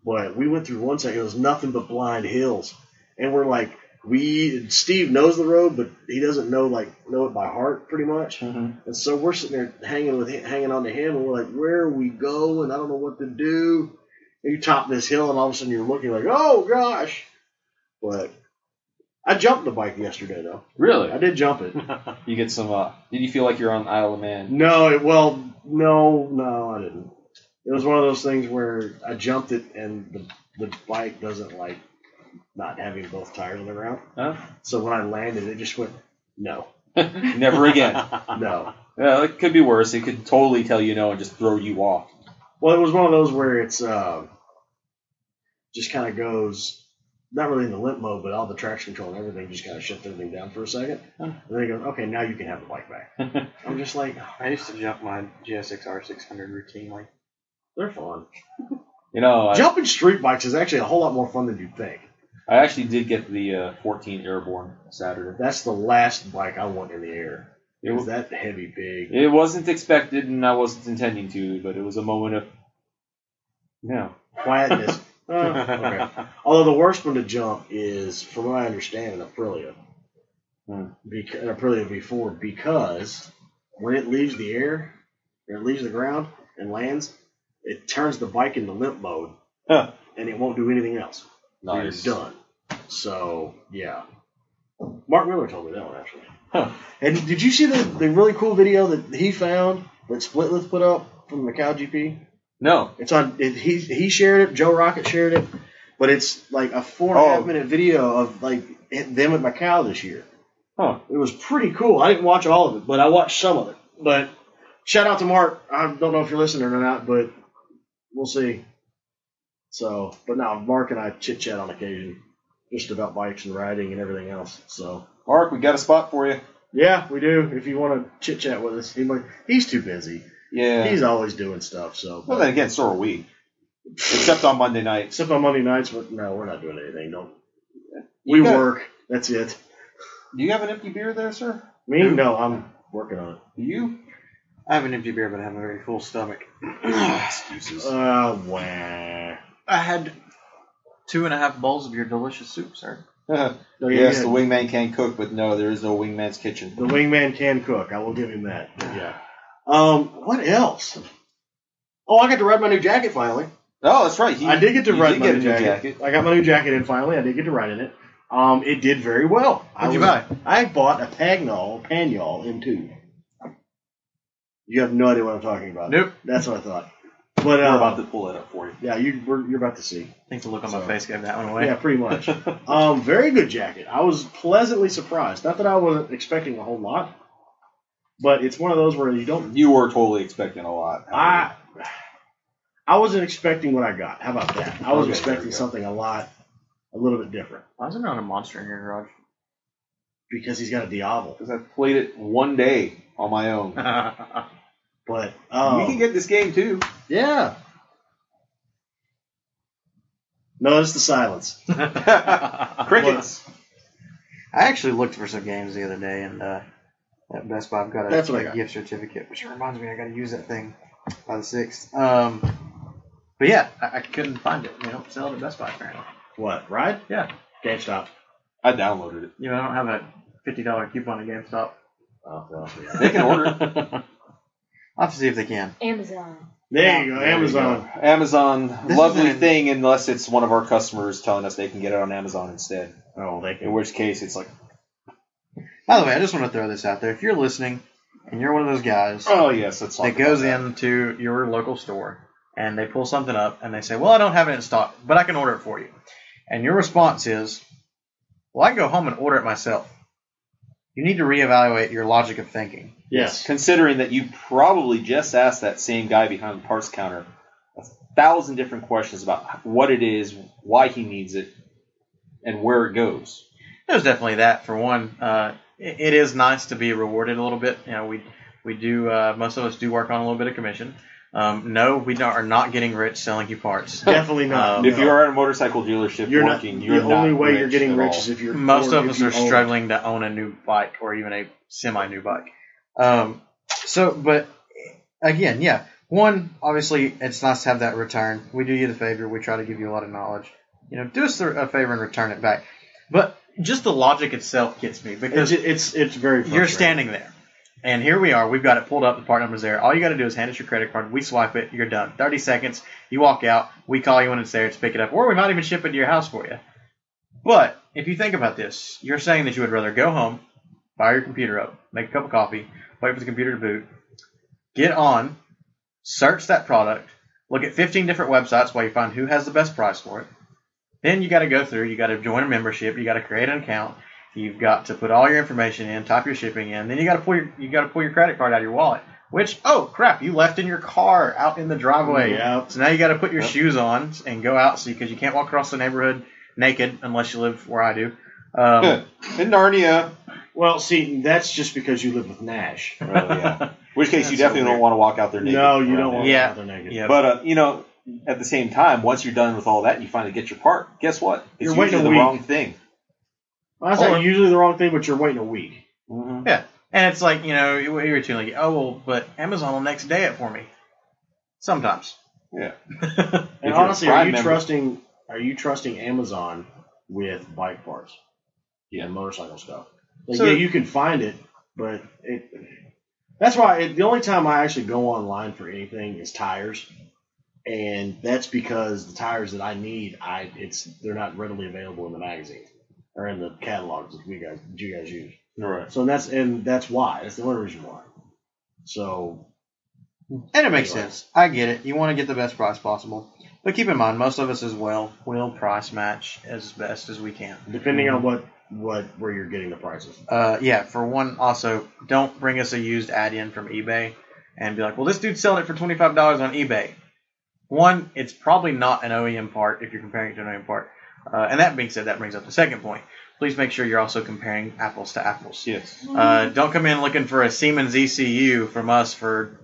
Speaker 1: But we went through one section. It was nothing but blind hills, and we're like, we Steve knows the road, but he doesn't know like know it by heart pretty much.
Speaker 3: Mhm.
Speaker 1: And so we're sitting there hanging with him, hanging on to him, and we're like, "Where are we going? I don't know what to do." And you top this hill, and all of a sudden you're looking like, "Oh gosh!" But I jumped the bike yesterday, though.
Speaker 3: Really?
Speaker 1: I did jump it.
Speaker 3: You get some. Uh, did you feel like you're on Isle
Speaker 1: [laughs]
Speaker 3: of Man?
Speaker 1: No, it, well, no, no, I didn't. It was one of those things where I jumped it, and the the bike doesn't like not having both tires on the ground.
Speaker 3: Huh?
Speaker 1: So when I landed, it just went no,
Speaker 3: Never again.
Speaker 1: no.
Speaker 3: Yeah, it could be worse. It could totally tell you no and just throw you off.
Speaker 1: Well, it was one of those where it's uh, just kind of goes, not really in the limp mode, but all the traction control and everything just kind of shuts everything down for a second.
Speaker 3: Huh.
Speaker 1: And then it goes, okay, now you can have the bike
Speaker 3: [laughs]
Speaker 1: back. I'm just like,
Speaker 2: I used to jump my GSX R600 routinely.
Speaker 1: they're fun.
Speaker 3: You know, I,
Speaker 1: Jumping street bikes is actually a whole lot more fun than you think.
Speaker 3: I actually did get the uh, 14 airborne Saturday.
Speaker 1: That's the last bike I want in the air.
Speaker 3: It,
Speaker 1: Is
Speaker 3: w-
Speaker 1: that heavy pig?
Speaker 3: it wasn't expected and I wasn't intending to, but it was a moment of no.
Speaker 1: Quietness.
Speaker 3: [laughs]
Speaker 1: Oh, okay. Although the worst one to jump is, from what I understand, an Aprilia.
Speaker 3: Hmm.
Speaker 1: Bec- an Aprilia V4 because when it leaves the air, or it leaves the ground and lands, it turns the bike into limp mode,
Speaker 3: Huh.
Speaker 1: and it won't do anything else.
Speaker 3: Nice.
Speaker 1: You're done. So yeah, Mark Miller told me that one actually.
Speaker 3: Huh.
Speaker 1: And did you see the, the really cool video that he found that Splitlith put up from Macau GP?
Speaker 3: No.
Speaker 1: It's on. It, he he shared it. Joe Rocket shared it, but it's like a four and a half
Speaker 3: Oh.
Speaker 1: minute video of like it- them at Macau this year.
Speaker 3: Huh.
Speaker 1: It was pretty cool. I didn't watch all of it, but I watched some of it. But shout out to Mark. I don't know if you're listening or not, but we'll see. So, but now Mark and I chit chat on occasion, just about bikes and riding and everything else. So.
Speaker 3: Mark, we got a spot for you.
Speaker 1: Yeah, we do. If you want to chit chat with us, he might, he's too busy.
Speaker 3: Yeah.
Speaker 1: He's always doing stuff. So,
Speaker 3: well, then again, so are we. Except on Monday nights.
Speaker 1: except on Monday nights, but no, we're not doing anything. Don't we
Speaker 3: You got-
Speaker 1: work? That's it.
Speaker 3: Do you have an empty beer there, sir?
Speaker 1: Me? No, I'm working on it.
Speaker 3: Do you?
Speaker 2: I have an empty beer, but I have a very full stomach.
Speaker 3: [clears throat] Excuses.
Speaker 1: Uh, wah.
Speaker 2: I had two and a half bowls of your delicious soup, sir.
Speaker 1: No, you
Speaker 3: [laughs] yes,
Speaker 1: did.
Speaker 3: the wingman can cook, but no, there is no wingman's kitchen.
Speaker 1: the wingman can cook. I will give him that. Yeah. Um, what else? Oh, I got to ride my new jacket finally.
Speaker 3: Oh, that's right. He,
Speaker 1: I did get to
Speaker 3: you
Speaker 1: ride
Speaker 3: did
Speaker 1: my
Speaker 3: get
Speaker 1: new,
Speaker 3: a
Speaker 1: jacket. I got my new jacket in finally. I did get to ride in it. Um, it did very well. I
Speaker 2: What'd you
Speaker 1: was-
Speaker 2: buy?
Speaker 1: I bought a Pagnol Pagnol M2. You have no idea what I'm talking about.
Speaker 2: Nope.
Speaker 1: That's what I thought. But
Speaker 3: We're
Speaker 1: uh,
Speaker 3: about to pull that up for you.
Speaker 1: yeah, you we're, you're about to see.
Speaker 2: I think the look on
Speaker 1: So-
Speaker 2: my face gave that one away.
Speaker 1: Yeah, pretty
Speaker 3: [laughs]
Speaker 1: much. um, very good jacket. I was pleasantly surprised. Not that I wasn't expecting a whole lot, but it's one of those where you don't.
Speaker 3: You were totally expecting a lot.
Speaker 1: I I wasn't expecting what I got. How about that? I was
Speaker 3: Okay, there we
Speaker 1: expecting
Speaker 3: go.
Speaker 1: something a lot, a little bit different
Speaker 2: Why is there not a monster in your [laughs] garage?
Speaker 1: because he's got a Diablo.
Speaker 3: because I played it one day on my own.
Speaker 2: I
Speaker 1: But
Speaker 3: We
Speaker 1: um,
Speaker 3: can get this game too.
Speaker 1: [laughs]
Speaker 3: [laughs]
Speaker 1: yeah. Notice the silence.
Speaker 3: Crickets.
Speaker 2: actually looked for some games the other day, and uh, at Best Buy, I've got a,
Speaker 1: That's what I got.
Speaker 2: gift certificate, which reminds me I got to use that thing by the sixth. Um, but yeah, I, I couldn't find it. They don't sell it at Best Buy apparently.
Speaker 1: What? Right?
Speaker 2: Yeah.
Speaker 1: GameStop.
Speaker 3: I downloaded it.
Speaker 2: You know, I don't have a fifty dollar coupon at GameStop.
Speaker 1: Oh, well, yeah.
Speaker 3: They
Speaker 1: [laughs]
Speaker 3: can order. it.
Speaker 2: I'll have to see if they can.
Speaker 4: Amazon.
Speaker 1: There you go.
Speaker 3: There you
Speaker 1: Amazon.
Speaker 3: go. Amazon,
Speaker 2: This
Speaker 3: lovely
Speaker 2: isn't-
Speaker 3: thing, unless it's one of our customers telling us they can get it on Amazon instead.
Speaker 1: Oh, they
Speaker 3: In
Speaker 1: can.
Speaker 3: which case, it's like,
Speaker 2: By the way, I just want to throw this out there. If you're listening and you're one of those guys
Speaker 3: oh yes, that's
Speaker 2: that goes into your local store and they pull something up and they say, Well, I don't have it in stock, but I can order it for you. And your response is, Well, I can go home and order it myself. You need to reevaluate your logic of thinking.
Speaker 1: Yes.
Speaker 3: Considering that you probably just asked that same guy behind the parts counter a thousand different questions about what it is, why he needs it, and where it goes.
Speaker 2: There's definitely that for one. Uh, it, it is nice to be rewarded a little bit. You know, we we do uh, most of us do work on a little bit of commission. Um, no, we not, are not getting rich selling you parts.
Speaker 1: Definitely not.
Speaker 3: [laughs]
Speaker 2: Um,
Speaker 3: If you are at a motorcycle dealership
Speaker 1: Oh, You're not-
Speaker 3: working,
Speaker 1: the
Speaker 3: you're not
Speaker 1: only way
Speaker 3: rich
Speaker 1: you're getting
Speaker 3: at
Speaker 1: rich
Speaker 3: all.
Speaker 1: is if you're
Speaker 2: most
Speaker 1: or
Speaker 2: of
Speaker 1: if
Speaker 2: us
Speaker 1: you
Speaker 2: are
Speaker 1: own.
Speaker 2: struggling to own a new bike or even a semi new bike. Um, so, but again, yeah. One, obviously, it's nice to have that return. We do you the favor. We try to give you a lot of knowledge. You know, do us the- a favor and return it back. But just the logic itself gets me
Speaker 1: It's,
Speaker 2: because
Speaker 1: it's it's very.
Speaker 2: you're
Speaker 1: frustrating.
Speaker 2: standing there, and here we are. We've got it pulled up. The part number's there. All you got to do is hand us your credit card. We swipe it. You're done. Thirty seconds. You walk out. We call you when it's there to pick it up, or we might even ship it to your house for you. But if you think about this, you're saying that you would rather go home, fire your computer up, make a cup of coffee, wait for the computer to boot, get on, search that product, look at 15 different websites while you find who has the best price for it. Then you got to go through, you got to join a membership, you got to create an account, you've got to put all your information in, type your shipping in, then you got to pull your you got to pull your credit card out of your wallet. Which oh crap, you left in your car out in the driveway.
Speaker 1: Yeah.
Speaker 2: So now you got to put your
Speaker 3: Yep.
Speaker 2: shoes on and go out because you can't walk across the neighborhood naked unless you live where I do. Um,
Speaker 3: in Narnia.
Speaker 1: Well, see, that's just because you live with Nash.
Speaker 3: Really, [laughs] yeah. In which case, you
Speaker 2: That's so
Speaker 3: definitely
Speaker 2: weird.
Speaker 3: don't want to walk out there naked.
Speaker 1: No, you don't
Speaker 3: around
Speaker 1: want
Speaker 3: there.
Speaker 2: Yeah.
Speaker 1: another negative.
Speaker 2: [laughs] yeah,
Speaker 3: But uh, you know, at the same time, once you're done with all that, and you finally get your part. Guess what? It's
Speaker 1: You're waiting
Speaker 3: usually
Speaker 1: a
Speaker 3: the
Speaker 1: week.
Speaker 3: wrong thing.
Speaker 1: Well, that's not
Speaker 2: Or-
Speaker 1: usually the wrong thing, but you're waiting a week. Mm-hmm.
Speaker 2: and it's like you know you- you're too like oh well, but Amazon will next day it for me. Sometimes.
Speaker 3: Yeah. If
Speaker 1: And
Speaker 3: you're a
Speaker 1: honestly, are
Speaker 3: Prime
Speaker 1: you
Speaker 3: member-
Speaker 1: trusting? Are you trusting Amazon with bike parts?
Speaker 3: Yeah.
Speaker 1: and motorcycle stuff? Like,
Speaker 2: So-
Speaker 1: yeah, you can find it, but it. That's why it, the only time I actually go online for anything is tires, and that's because the tires that I need, I it's they're not readily available in the magazine. are in the catalogs that we guys that you guys use.
Speaker 3: Right.
Speaker 1: So that's and that's why. That's the only reason why. So
Speaker 2: And it makes
Speaker 1: Anyway.
Speaker 2: sense. I get it. You want to get the best price possible. But keep in mind, most of us as well will price match as best as we can.
Speaker 1: depending
Speaker 3: Mm-hmm.
Speaker 1: on what what where you're getting the prices.
Speaker 2: Uh, yeah, for one, also, don't bring us a used ad in from eBay and be like, well, this dude's selling it for $25 on eBay. One, it's probably not an OEM part if you're comparing it to an OEM part. Uh, and that being said, that brings up the second point. Please make sure you're also comparing apples to apples.
Speaker 3: Yes.
Speaker 2: Uh, don't come in looking for a Siemens ECU from us for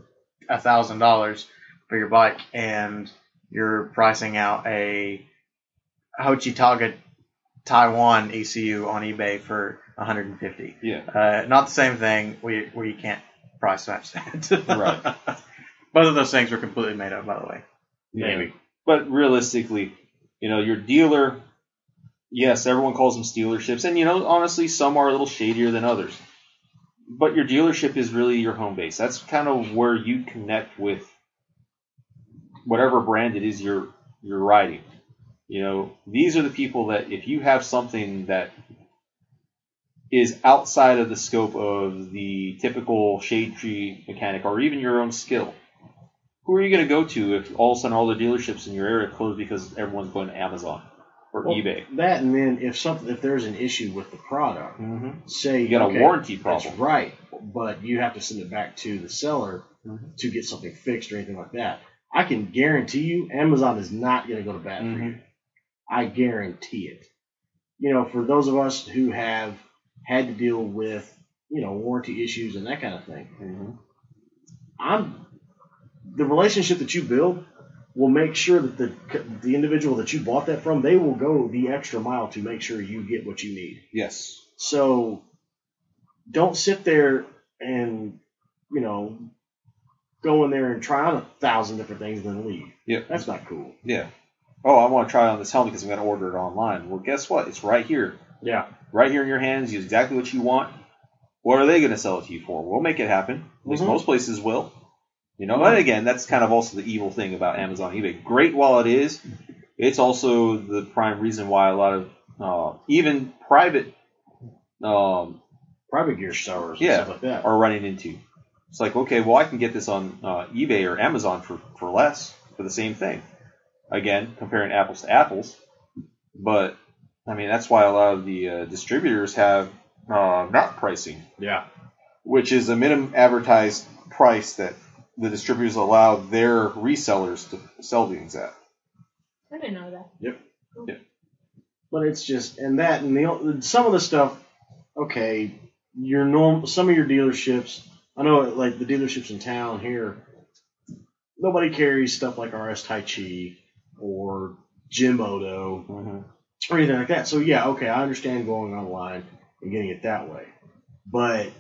Speaker 2: a thousand dollars for your bike, and you're pricing out a Hochitaga Taiwan ECU on eBay for 150.
Speaker 3: Yeah.
Speaker 2: Uh, not the same thing. We we can't price match that.
Speaker 3: Right.
Speaker 2: [laughs] Both of those things were completely made up, by the way.
Speaker 3: Maybe. But realistically, you know, your dealer, yes, everyone calls them dealerships, and you know, honestly, some are a little shadier than others. But your dealership is really your home base. That's kind of where you connect with whatever brand it is you're you're riding. You know, these are the people that if you have something that is outside of the scope of the typical shade tree mechanic or even your own skill, who are you going to go to if all of a sudden all the dealerships in your area close because everyone's going to Amazon or
Speaker 1: Well,
Speaker 3: eBay?
Speaker 1: That and then if something if there's an issue with the product,
Speaker 3: Mm-hmm.
Speaker 1: say
Speaker 3: You got a
Speaker 1: okay,
Speaker 3: warranty
Speaker 1: That's
Speaker 3: problem.
Speaker 1: right, but you have to send it back to the seller
Speaker 3: Mhm.
Speaker 1: to get something fixed or anything like that. I can guarantee you, Amazon is not going to go to bat for you. I guarantee it. You know, for those of us who have had to deal with you know warranty issues and that kind of thing,
Speaker 3: Mhm.
Speaker 1: I'm the relationship that you build will make sure that the the individual that you bought that from, they will go the extra mile to make sure you get what you need.
Speaker 3: Yes.
Speaker 1: So don't sit there and, you know, go in there and try on a thousand different things and then leave.
Speaker 3: Yep.
Speaker 1: That's not cool.
Speaker 3: Yeah. Oh, I want to try on this helmet because I'm going to order it online. Well, guess what? It's right here,
Speaker 1: Yeah.
Speaker 3: right here in your hands. You exactly what you want. What are they going to sell it to you for? We'll make it happen. At least
Speaker 1: Mhm.
Speaker 3: most places will. You
Speaker 1: Mm-hmm.
Speaker 3: know, and again, that's kind of also the evil thing about Amazon, eBay. Great while it is, it's also the prime reason why a lot of uh, even private um,
Speaker 1: Private gear stores and
Speaker 3: Yeah.
Speaker 1: stuff like that.
Speaker 3: are running into. It's like, okay, well, I can get this on uh, eBay or Amazon for, for less for the same thing. Again, comparing apples to apples. But, I mean, that's why a lot of the uh, distributors have uh, not pricing,
Speaker 1: Yeah.
Speaker 3: which is a minimum advertised price that the distributors allow their resellers to sell things at.
Speaker 4: I didn't know that.
Speaker 1: But it's just and that and the o- some of the stuff okay, your norm some of your dealerships I know like the dealerships in town here nobody carries stuff like RS Tai Chi or Jim Odo or anything like that. So yeah, okay, I understand going online and getting it that way. But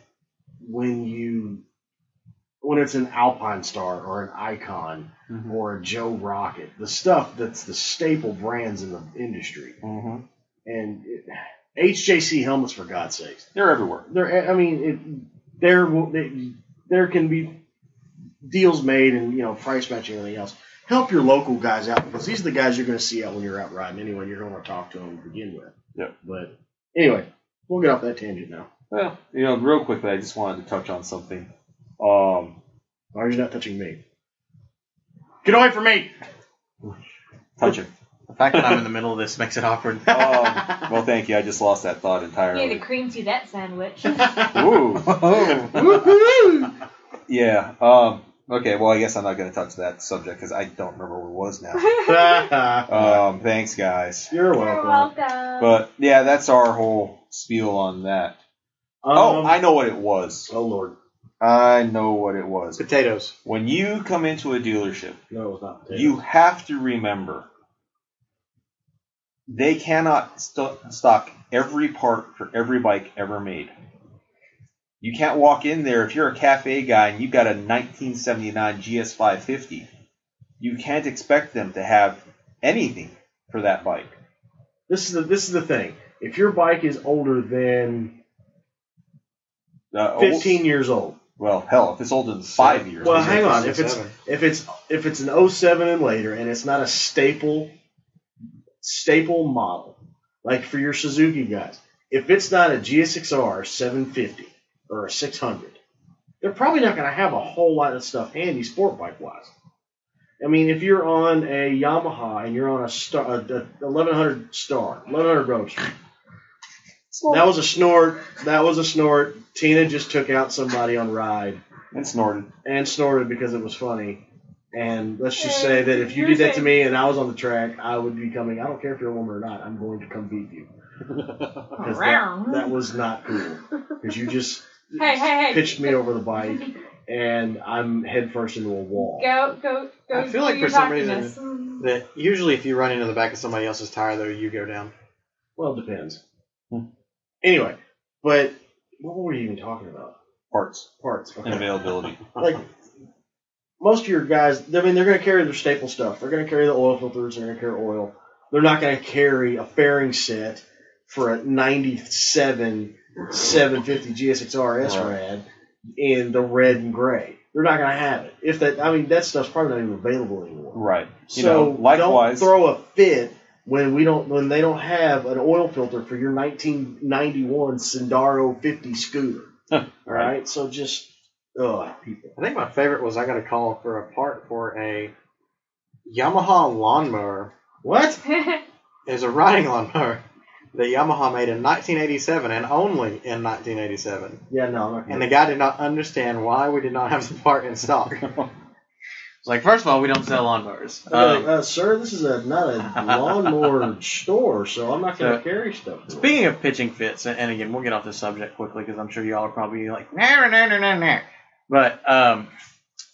Speaker 1: when you when it's an Alpine Star or an Icon
Speaker 3: Mhm.
Speaker 1: or a Joe Rocket, the stuff that's the staple brands in the industry,
Speaker 3: Mm-hmm.
Speaker 1: and it, HJC helmets for God's sakes,
Speaker 3: They're everywhere.
Speaker 1: there. I mean, it, there will it, there can be deals made and you know price matching and everything else. Help your local guys out because these are the guys you're going to see out when you're out riding anyway. and You're going to want to talk to them to begin with.
Speaker 3: Yep.
Speaker 1: But anyway, we'll get off that tangent now.
Speaker 3: Well, you know, real quickly, I just wanted to touch on something. Um,
Speaker 1: Why are you not touching me? Get away from me!
Speaker 3: touching.
Speaker 2: The fact that I'm in the middle of this makes it awkward. [laughs]
Speaker 3: um, well, thank you. I just lost that thought
Speaker 2: uh,
Speaker 4: You had to
Speaker 3: entirely.
Speaker 4: cream to
Speaker 2: [laughs]
Speaker 4: that sandwich.
Speaker 3: Ooh.
Speaker 1: Woohoo!
Speaker 3: Yeah. Um, okay. Well, I guess I'm not going to touch that subject because I don't remember what it was
Speaker 4: [laughs]
Speaker 3: now. Um, thanks, guys.
Speaker 1: [laughs] You're
Speaker 4: You're
Speaker 1: welcome. Um,
Speaker 4: welcome.
Speaker 3: But yeah, that's our whole spiel on that. Oh,
Speaker 1: Um,
Speaker 3: I know what it was.
Speaker 1: oh Lord,
Speaker 3: I know what it was.
Speaker 2: Potatoes.
Speaker 3: When you come into a dealership,
Speaker 1: no, it was not. potatoes.
Speaker 3: you have to remember they cannot st- stock every part for every bike ever made. You can't walk in there if you're a cafe guy and you've got a 1979 GS550. You can't expect them to have anything for that bike.
Speaker 1: This is the this is the thing. If your bike is older than
Speaker 3: Uh, old-
Speaker 1: 15 years old,
Speaker 3: well, hell, if it's older than five years.
Speaker 1: Well,
Speaker 3: is it?
Speaker 1: hang on. If it's
Speaker 5: Seven.
Speaker 1: if it's if it's oh an 07 and later, and it's not a staple staple model, like for your Suzuki guys, if it's not a GSXR 750 or a 600, they're probably not going to have a whole lot of stuff handy sport bike wise. I mean, if you're on a Yamaha and you're on a star, a, a 1100 star, 1100 roadster, that was a snort. That was a snort. Tina just took out somebody on ride
Speaker 3: and snorted.
Speaker 1: and snorted because it was funny. And let's just say that if you did that to me and I was on the track, I would be coming. I don't care if you're a woman or not. I'm going to come beat you. 'Cause that,
Speaker 4: Around.
Speaker 1: that was not cool because you just
Speaker 4: [laughs] hey, hey, hey.
Speaker 1: pitched me over the bike and I'm headfirst into a wall.
Speaker 4: Go, go, go.
Speaker 2: I feel like for
Speaker 4: do your
Speaker 2: some
Speaker 4: talking
Speaker 2: reason-
Speaker 4: this.
Speaker 2: That usually, if you run into the back of somebody else's tire, though, you go down.
Speaker 1: Well, it depends.
Speaker 3: Hmm.
Speaker 1: Anyway, but what were we even talking about?
Speaker 3: Parts
Speaker 1: Parts.
Speaker 3: and
Speaker 1: Okay.
Speaker 3: availability.
Speaker 1: like most of your guys, I mean, they're going to carry their staple stuff. They're going to carry the oil filters. They're going to carry oil. They're not going to carry a fairing set for a 97 750 GSXR
Speaker 3: Right.
Speaker 1: S-Rad in the red and gray. They're not going to have it. If that, I mean, that stuff's probably not even available anymore.
Speaker 3: right.
Speaker 1: so
Speaker 3: You know, likewise-
Speaker 1: don't throw a fit when we don't when they don't have an oil filter for your 1991 Sendaro 50 scooter.
Speaker 3: Huh,
Speaker 1: All right, so just ugh, people.
Speaker 2: I think my favorite was I got a call for a part for a Yamaha lawnmower.
Speaker 1: What?
Speaker 2: [laughs] It was a riding lawnmower that Yamaha made in 1987 and only in 1987.
Speaker 1: Yeah, no, I'm not
Speaker 2: And
Speaker 1: gonna.
Speaker 2: the guy did not understand why we did not have the part in stock. [laughs] it's like, first of all, we don't sell lawnmowers.
Speaker 1: Okay,
Speaker 2: Um,
Speaker 1: uh, sir, this is a not
Speaker 3: [laughs]
Speaker 1: a lawnmower store, so I'm not going to
Speaker 2: So-
Speaker 1: carry stuff. for you.
Speaker 2: speaking of pitching fits, and- and again, we'll get off this subject quickly because I'm sure y'all are probably like, nah, nah, nah, nah, nah. But um,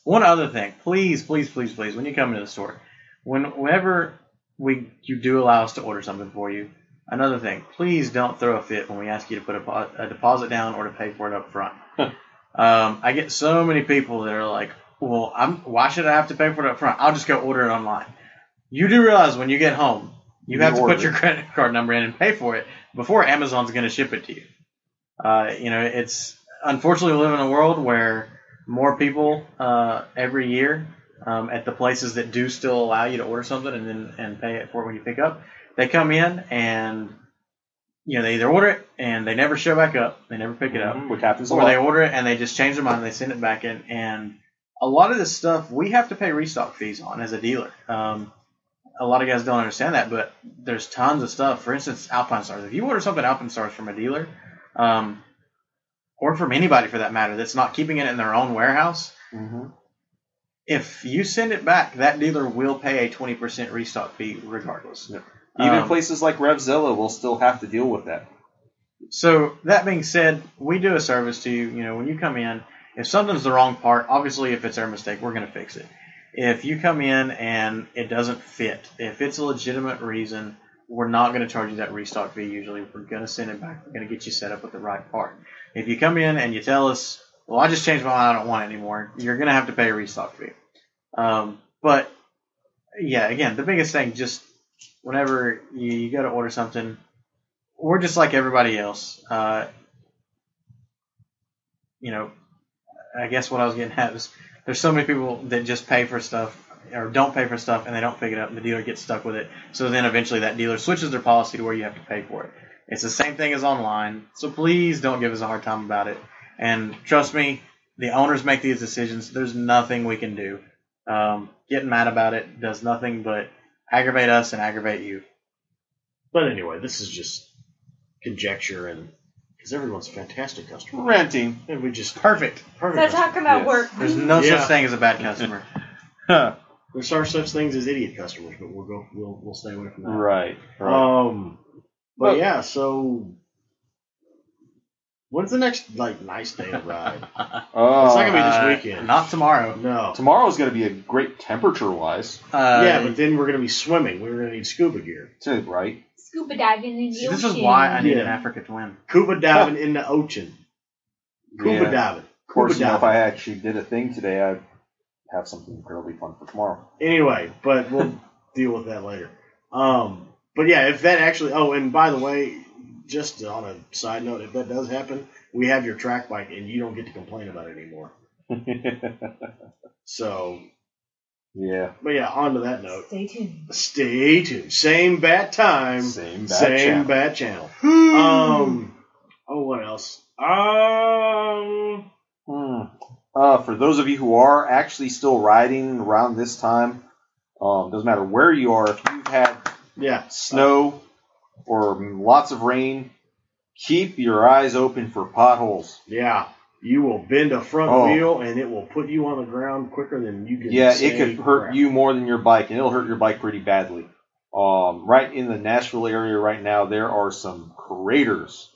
Speaker 2: one other thing, please, please, please, please, when you come into the store, when, whenever we you do allow us to order something for you, another thing, please don't throw a fit when we ask you to put a, po- a deposit down or to pay for it up
Speaker 3: [laughs]
Speaker 2: front. um, I get so many people that are like, well, I'm, why should I have to pay for it up front? I'll just go order it online. You do realize when you get home, you,
Speaker 3: You
Speaker 2: have to
Speaker 3: order
Speaker 2: put your
Speaker 3: it.
Speaker 2: credit card number in and pay for it before Amazon's going to ship it to you. Uh, you know, it's unfortunately we live in a world where more people uh, every year um, at the places that do still allow you to order something and then and pay it for it when you pick up. They come in and you know they either order it and they never show back up, they never pick it up,
Speaker 3: Mhm, Which happens a
Speaker 2: or they
Speaker 3: lot.
Speaker 2: order it and they just change their mind and they send it back in. And a lot of this stuff we have to pay restock fees on as a dealer. Um, a lot of guys don't understand that, but there's tons of stuff. For instance, Alpine Stars. If you order something Alpine Stars from a dealer, um, or from anybody for that matter, that's not keeping it in their own warehouse,
Speaker 3: Mhm.
Speaker 2: if you send it back, that dealer will pay a 20% restock fee regardless.
Speaker 3: Yeah. Even
Speaker 2: Um,
Speaker 3: places like Revzilla will still have to deal with that.
Speaker 2: So that being said, we do a service to you. You know, when you come in, if something's the wrong part, obviously if it's our mistake, we're going to fix it. If you come in and it doesn't fit, if it's a legitimate reason, we're not going to charge you that restock fee. Usually, we're going to send it back. We're going to get you set up with the right part. If you come in and you tell us, "Well, I just changed my mind. I don't want it anymore," you're going to have to pay a restock fee. Um, but yeah, again, the biggest thing just whenever you, you go to order something, we're just like everybody else. Uh, you know, I guess what I was getting at is there's so many people that just pay for stuff or don't pay for stuff and they don't pick it up and the dealer gets stuck with it. So then eventually that dealer switches their policy to where you have to pay for it. It's the same thing as online. So please don't give us a hard time about it. And trust me, the owners make these decisions. There's nothing we can do. Um, getting mad about it does nothing but aggravate us and aggravate you.
Speaker 1: But anyway, this is just conjecture, and because everyone's a fantastic customer,
Speaker 3: Renting.
Speaker 1: and we just
Speaker 2: Perfect.
Speaker 4: so
Speaker 1: perfect.
Speaker 4: talk about
Speaker 3: Yes.
Speaker 4: work.
Speaker 2: There's no
Speaker 1: Yeah.
Speaker 2: such thing as a bad customer.
Speaker 1: There's are such things as idiot customers, but we'll go. We'll we'll stay away from that.
Speaker 3: Right. Right.
Speaker 1: Um, but
Speaker 3: Well-
Speaker 1: yeah, so when's the next like nice day to
Speaker 3: [laughs]
Speaker 1: ride?
Speaker 3: oh,
Speaker 1: it's not gonna be this
Speaker 2: Uh,
Speaker 1: weekend.
Speaker 2: Not tomorrow.
Speaker 1: no.
Speaker 3: tomorrow's going to be a great temperature wise,
Speaker 2: Uh,
Speaker 1: yeah, but then we're gonna be swimming. We're gonna need scuba gear.
Speaker 3: too, right?
Speaker 4: Scuba diving in the
Speaker 2: see,
Speaker 4: ocean.
Speaker 2: this is why I need
Speaker 1: Yeah.
Speaker 2: an Africa twin.
Speaker 1: Cuba diving in the ocean. Cuba
Speaker 3: Yeah.
Speaker 1: diving.
Speaker 3: Of course,
Speaker 1: Cuba
Speaker 3: you know, if
Speaker 1: diving.
Speaker 3: I actually did a thing today, I'd have something incredibly fun for tomorrow. [laughs]
Speaker 1: Anyway, but we'll deal with that later. Um, but yeah, if that actually. Oh, and by the way, just on a side note, if that does happen, we have your track bike, and you don't get to complain about it anymore. So
Speaker 3: Yeah.
Speaker 1: But yeah, on to that note.
Speaker 4: Stay tuned.
Speaker 1: Stay tuned. Same bat time.
Speaker 3: Same bad
Speaker 1: Same
Speaker 3: channel.
Speaker 1: bat channel. Um. Oh, what else? Um.
Speaker 3: Hmm. Uh, for those of you who are actually still riding around this time, um, doesn't matter where you are, if you've had
Speaker 1: Yeah.
Speaker 3: snow or lots of rain, keep your eyes open for potholes.
Speaker 1: Yeah. You will bend a front
Speaker 3: Oh.
Speaker 1: wheel, and it will put you on the ground quicker than you can.
Speaker 3: Yeah,
Speaker 1: say
Speaker 3: it could hurt
Speaker 1: crap.
Speaker 3: you more than your bike, and it'll hurt your bike pretty badly. Um, right in the Nashville area right now, there are some craters.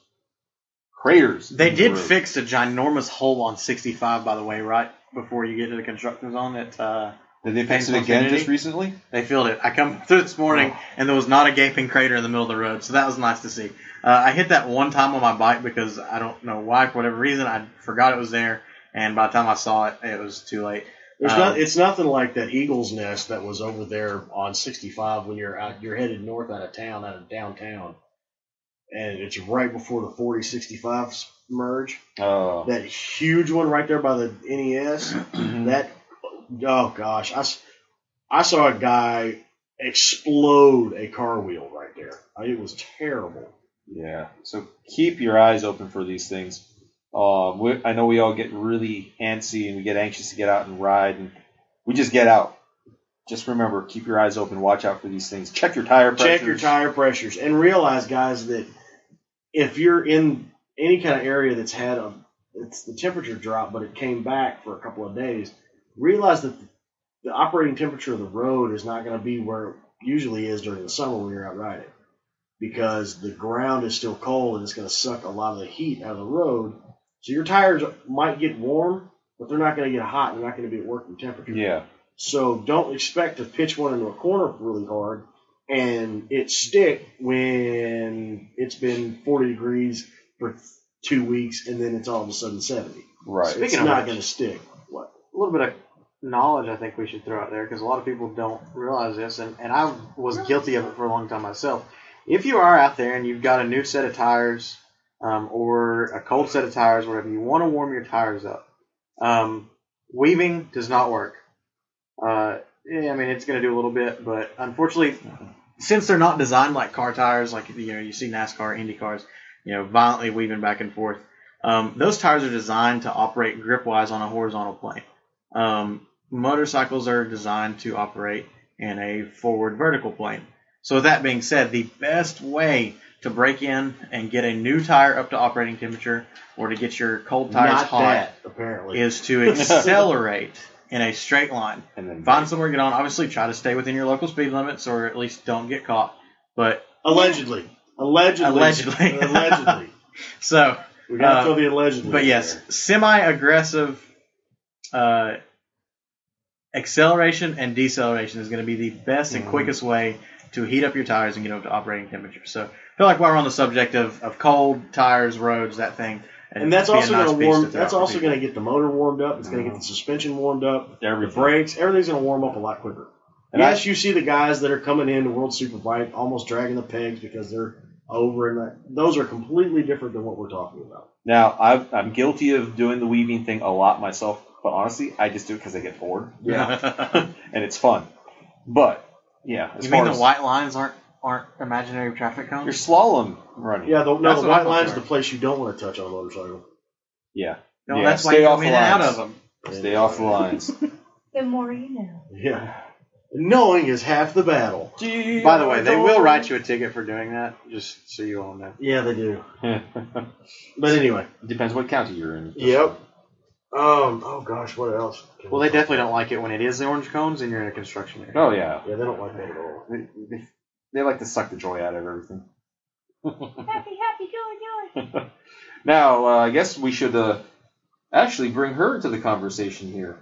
Speaker 3: Craters.
Speaker 2: They
Speaker 3: in the
Speaker 2: did
Speaker 3: road.
Speaker 2: fix a ginormous hole on 65, by the way, right before you get to the construction zone. That uh,
Speaker 3: Did they fix it
Speaker 2: Thanks,
Speaker 3: again
Speaker 2: Infinity.
Speaker 3: just recently?
Speaker 2: they filled it. I come through this morning and there was not a gaping crater in the middle of the road, so that was nice to see. Uh, I hit that one time on my bike because I don't know why, for whatever reason, I forgot it was there, and by the time I saw it, it was too late.
Speaker 1: There's
Speaker 2: Um,
Speaker 1: not, it's nothing like that eagle's nest that was over there on 65 when you're out, you're headed north out of town, out of downtown, and it's right before the 40 65 merge.
Speaker 3: Uh,
Speaker 1: That huge one right there by the NES.
Speaker 3: [clears throat]
Speaker 1: that oh gosh, I, s- I saw a guy explode a car wheel right there. I- It was terrible.
Speaker 3: Yeah. So keep your eyes open for these things. Um, we, I know we all get really antsy and we get anxious to get out and ride, and we just get out. Just remember, keep your eyes open, watch out for these things. Check your tire pressures.
Speaker 1: Check your tire pressures and realize, guys, that if you're in any kind of area that's had a it's the temperature drop, but it came back for a couple of days, realize that the operating temperature of the road is not going to be where it usually is during the summer when you're out riding because the ground is still cold and it's going to suck a lot of the heat out of the road. So your tires might get warm, but they're not going to get hot. They're not going to be at working temperature.
Speaker 3: Yeah.
Speaker 1: So don't expect to pitch one into a corner really hard and it stick when it's been 40 degrees for two weeks and then it's all of a sudden 70.
Speaker 3: Right.
Speaker 1: it's
Speaker 2: Speaking of
Speaker 1: not
Speaker 2: which-
Speaker 1: going to stick.
Speaker 2: what a little bit of knowledge I think we should throw out there because a lot of people don't realize this, and, and I was guilty of it for a long time myself. If you are out there and you've got a new set of tires um, or a cold set of tires, whatever, you want to warm your tires up. Um, weaving does not work. Uh, yeah, I mean, it's going to do a little bit, but unfortunately, since they're not designed like car tires, like you know, you see NASCAR, Indy cars, you know, violently weaving back and forth. Um, those tires are designed to operate grip wise on a horizontal plane. Um, motorcycles are designed to operate in a forward vertical plane. So, with that being said, the best way to break in and get a new tire up to operating temperature or to get your cold tires
Speaker 1: not
Speaker 2: hot
Speaker 1: that, apparently.
Speaker 2: is
Speaker 1: [laughs]
Speaker 2: to accelerate in a straight line.
Speaker 3: And then
Speaker 2: Find somewhere to get on. Obviously, try to stay within your local speed limits or at least don't get caught. But
Speaker 1: allegedly. Allegedly.
Speaker 2: Allegedly.
Speaker 1: [laughs] allegedly.
Speaker 2: so,
Speaker 1: We got to
Speaker 2: Uh,
Speaker 1: throw the allegedly.
Speaker 2: but
Speaker 1: in
Speaker 2: yes,
Speaker 1: there.
Speaker 2: semi aggressive uh, acceleration and deceleration is going to be the best and
Speaker 1: Mm-hmm.
Speaker 3: Mhm.
Speaker 2: quickest way to heat up your tires and get them to operating temperature. So, I feel like while we're on the subject of, of cold tires, roads, that thing. it'd
Speaker 1: And that's
Speaker 2: be a
Speaker 1: also
Speaker 2: nice
Speaker 1: going
Speaker 2: piece
Speaker 1: to warm.
Speaker 2: throw
Speaker 1: That's
Speaker 2: out for
Speaker 1: also
Speaker 2: people. Mm-hmm.
Speaker 1: going to get the motor warmed up. It's going to get the suspension warmed up. The
Speaker 3: everything.
Speaker 1: brakes. Everything's going to warm up a lot quicker.
Speaker 3: And I-
Speaker 1: yes, you see the guys that are coming in to World Superbike almost dragging the pegs because they're over, and that, those are completely different than what we're talking about.
Speaker 3: Now, I've, I'm guilty of doing the weaving thing a lot myself, but honestly, I just do it because I get bored and it's fun. But yeah, as
Speaker 2: [laughs] you mean
Speaker 3: far
Speaker 2: the
Speaker 3: as
Speaker 2: white lines aren't aren't imaginary traffic cones?
Speaker 3: your slalom running,
Speaker 1: Yeah, the, no,
Speaker 2: That's
Speaker 1: the
Speaker 2: what I
Speaker 1: white
Speaker 2: thought
Speaker 1: line's
Speaker 2: they
Speaker 1: the
Speaker 2: were.
Speaker 1: place you don't want to touch on a motorcycle.
Speaker 3: yeah,
Speaker 2: No,
Speaker 3: Yeah,
Speaker 2: that's why
Speaker 3: stay
Speaker 2: you
Speaker 3: off
Speaker 2: come
Speaker 3: the
Speaker 2: in and out
Speaker 3: lines.
Speaker 2: of them.
Speaker 3: stay off
Speaker 1: [laughs]
Speaker 3: the lines. [laughs]
Speaker 4: The more you know.
Speaker 1: Yeah, knowing is half the battle.
Speaker 2: By the way, they will write you a ticket for doing that, just so you all know.
Speaker 1: Yeah, they do. But anyway,
Speaker 3: Depends what county you're in.
Speaker 5: Yep.
Speaker 1: um, oh gosh, what else? can
Speaker 2: Well,
Speaker 1: we
Speaker 2: they
Speaker 1: talk-
Speaker 2: definitely don't like it when it is the orange cones and you're in a construction area.
Speaker 3: Oh yeah,
Speaker 1: Yeah, they don't like that at all.
Speaker 3: they, they, they like to suck the joy out of everything.
Speaker 4: Happy, happy, joy, joy.
Speaker 3: Now, uh, I guess we should uh, actually bring her into the conversation here.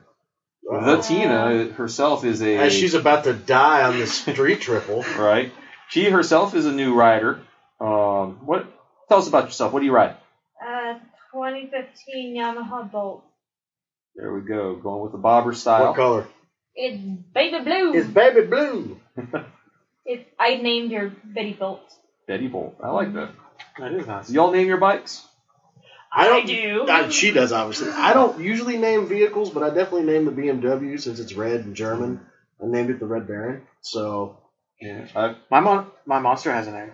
Speaker 3: The
Speaker 1: Uh,
Speaker 3: Tina herself is a
Speaker 1: As she's about to die on this street
Speaker 3: [laughs]
Speaker 1: triple.
Speaker 3: right. She herself is a new rider. Um, what? Tell us about yourself. What do you ride?
Speaker 4: Uh, 2015 Yamaha Bolt.
Speaker 3: There we go. Going with the bobber
Speaker 1: What
Speaker 3: style.
Speaker 1: color?
Speaker 4: It's baby blue.
Speaker 5: It's baby blue.
Speaker 4: It's, I named her Betty Bolt.
Speaker 3: Betty Bolt. I like that.
Speaker 2: That is nice.
Speaker 3: So y'all name your bikes?
Speaker 1: I don't.
Speaker 4: do.
Speaker 1: I, she does obviously. I don't usually name vehicles, but I definitely name the BMW since it's red and German. I named it the Red Baron. So
Speaker 6: Yeah.
Speaker 3: I,
Speaker 6: My mon- my monster has a name.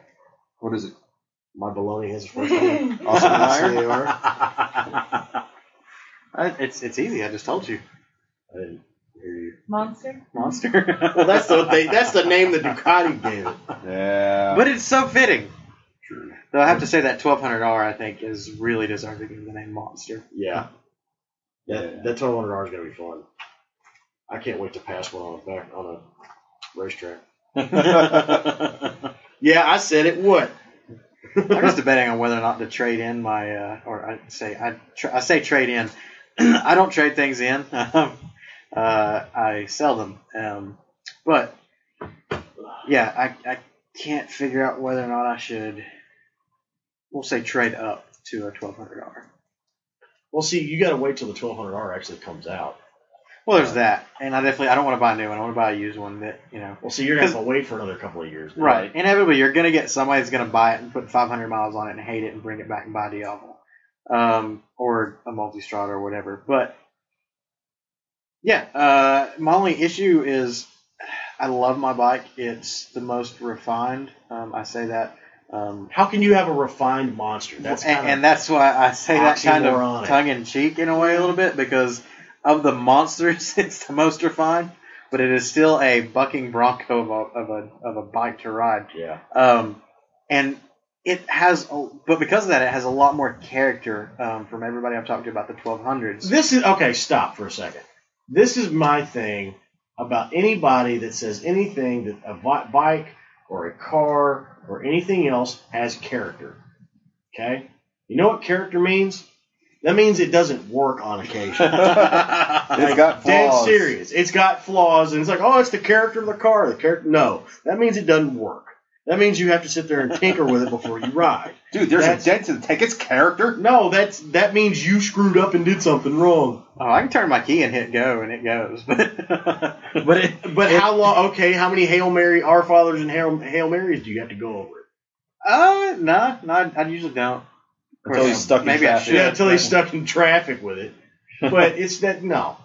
Speaker 3: what is it?
Speaker 1: my baloney has a first name.
Speaker 4: [laughs] That's
Speaker 3: Austin Meyer?
Speaker 1: C-A-R.
Speaker 6: I- it's it's easy. I just told you,
Speaker 1: I didn't hear you.
Speaker 4: Monster.
Speaker 6: monster.
Speaker 1: Well, that's the they, that's the name that Ducati gave it.
Speaker 3: Yeah.
Speaker 6: [laughs] but it's so fitting.
Speaker 1: True.
Speaker 6: Though I have to say that twelve hundred R I think is really deserving of the name monster.
Speaker 1: Yeah. That
Speaker 3: Yeah.
Speaker 1: that 1200 R is gonna be fun. I can't wait to pass one on a back on a racetrack. Yeah, I said it. What?
Speaker 6: I'm just debating on whether or not to trade in my, uh, or I say I, tr- I say trade in. [clears throat] I don't trade things in. [laughs] uh, I sell them. Um, but yeah, I, I can't figure out whether or not I should. We'll say trade up to a 1200R.
Speaker 1: Well, see, you got to wait till the 1200R actually comes out.
Speaker 6: Well, there's that, and I definitely I don't want to buy a new one. I want to buy a used one that you know.
Speaker 1: Well, see, you're gonna have to wait for another couple of years.
Speaker 6: Right. Inevitably, you're going to get somebody that's going to buy it and put 500 miles on it and hate it and bring it back and buy a Diablo um, or a Multistrada or whatever. But yeah, uh, my only issue is I love my bike. It's the most refined. Um, I say that. Um,
Speaker 1: How can you have a refined monster? That's
Speaker 6: and,
Speaker 1: kind
Speaker 6: and that's why I say that kind of
Speaker 1: oxymoronic.
Speaker 6: tongue in cheek in a way a little bit because of the monsters, [laughs] it's the most refined, but it is still a bucking bronco of a, of a, of a bike to ride.
Speaker 1: yeah.
Speaker 6: Um, and it has, a, but because of that, it has a lot more character um, from everybody I've talked to about the 1200s.
Speaker 1: This is okay. Stop for a second. This is my thing about anybody that says anything that a bi- bike or a car or anything else has character. Okay, you know what character means? That means it doesn't work on
Speaker 6: [laughs]
Speaker 1: occasion.
Speaker 3: it's got
Speaker 1: Dead
Speaker 3: flaws.
Speaker 1: serious. It's got flaws, and it's like, oh, it's the character of the car. The character. No, that means it doesn't work. That means you have to sit there and tinker with it before you ride.
Speaker 3: Dude, there's
Speaker 1: That's-
Speaker 3: a dent to the tank. It's character.
Speaker 1: No, that's that means you screwed up and did something wrong.
Speaker 6: Oh, I can turn my key and hit go, and it goes. [laughs] But
Speaker 1: But it, but how long? Okay, how many Hail Mary, Our Fathers, and Hail, Hail Marys do you have to go over?
Speaker 6: uh, no, no, I, I usually don't. Of course,
Speaker 3: Until he's stuck in
Speaker 6: maybe I
Speaker 3: traffic.
Speaker 6: should.
Speaker 1: Yeah, until he's
Speaker 6: but-
Speaker 1: stuck in traffic with it.
Speaker 6: [laughs]
Speaker 1: But it's that no.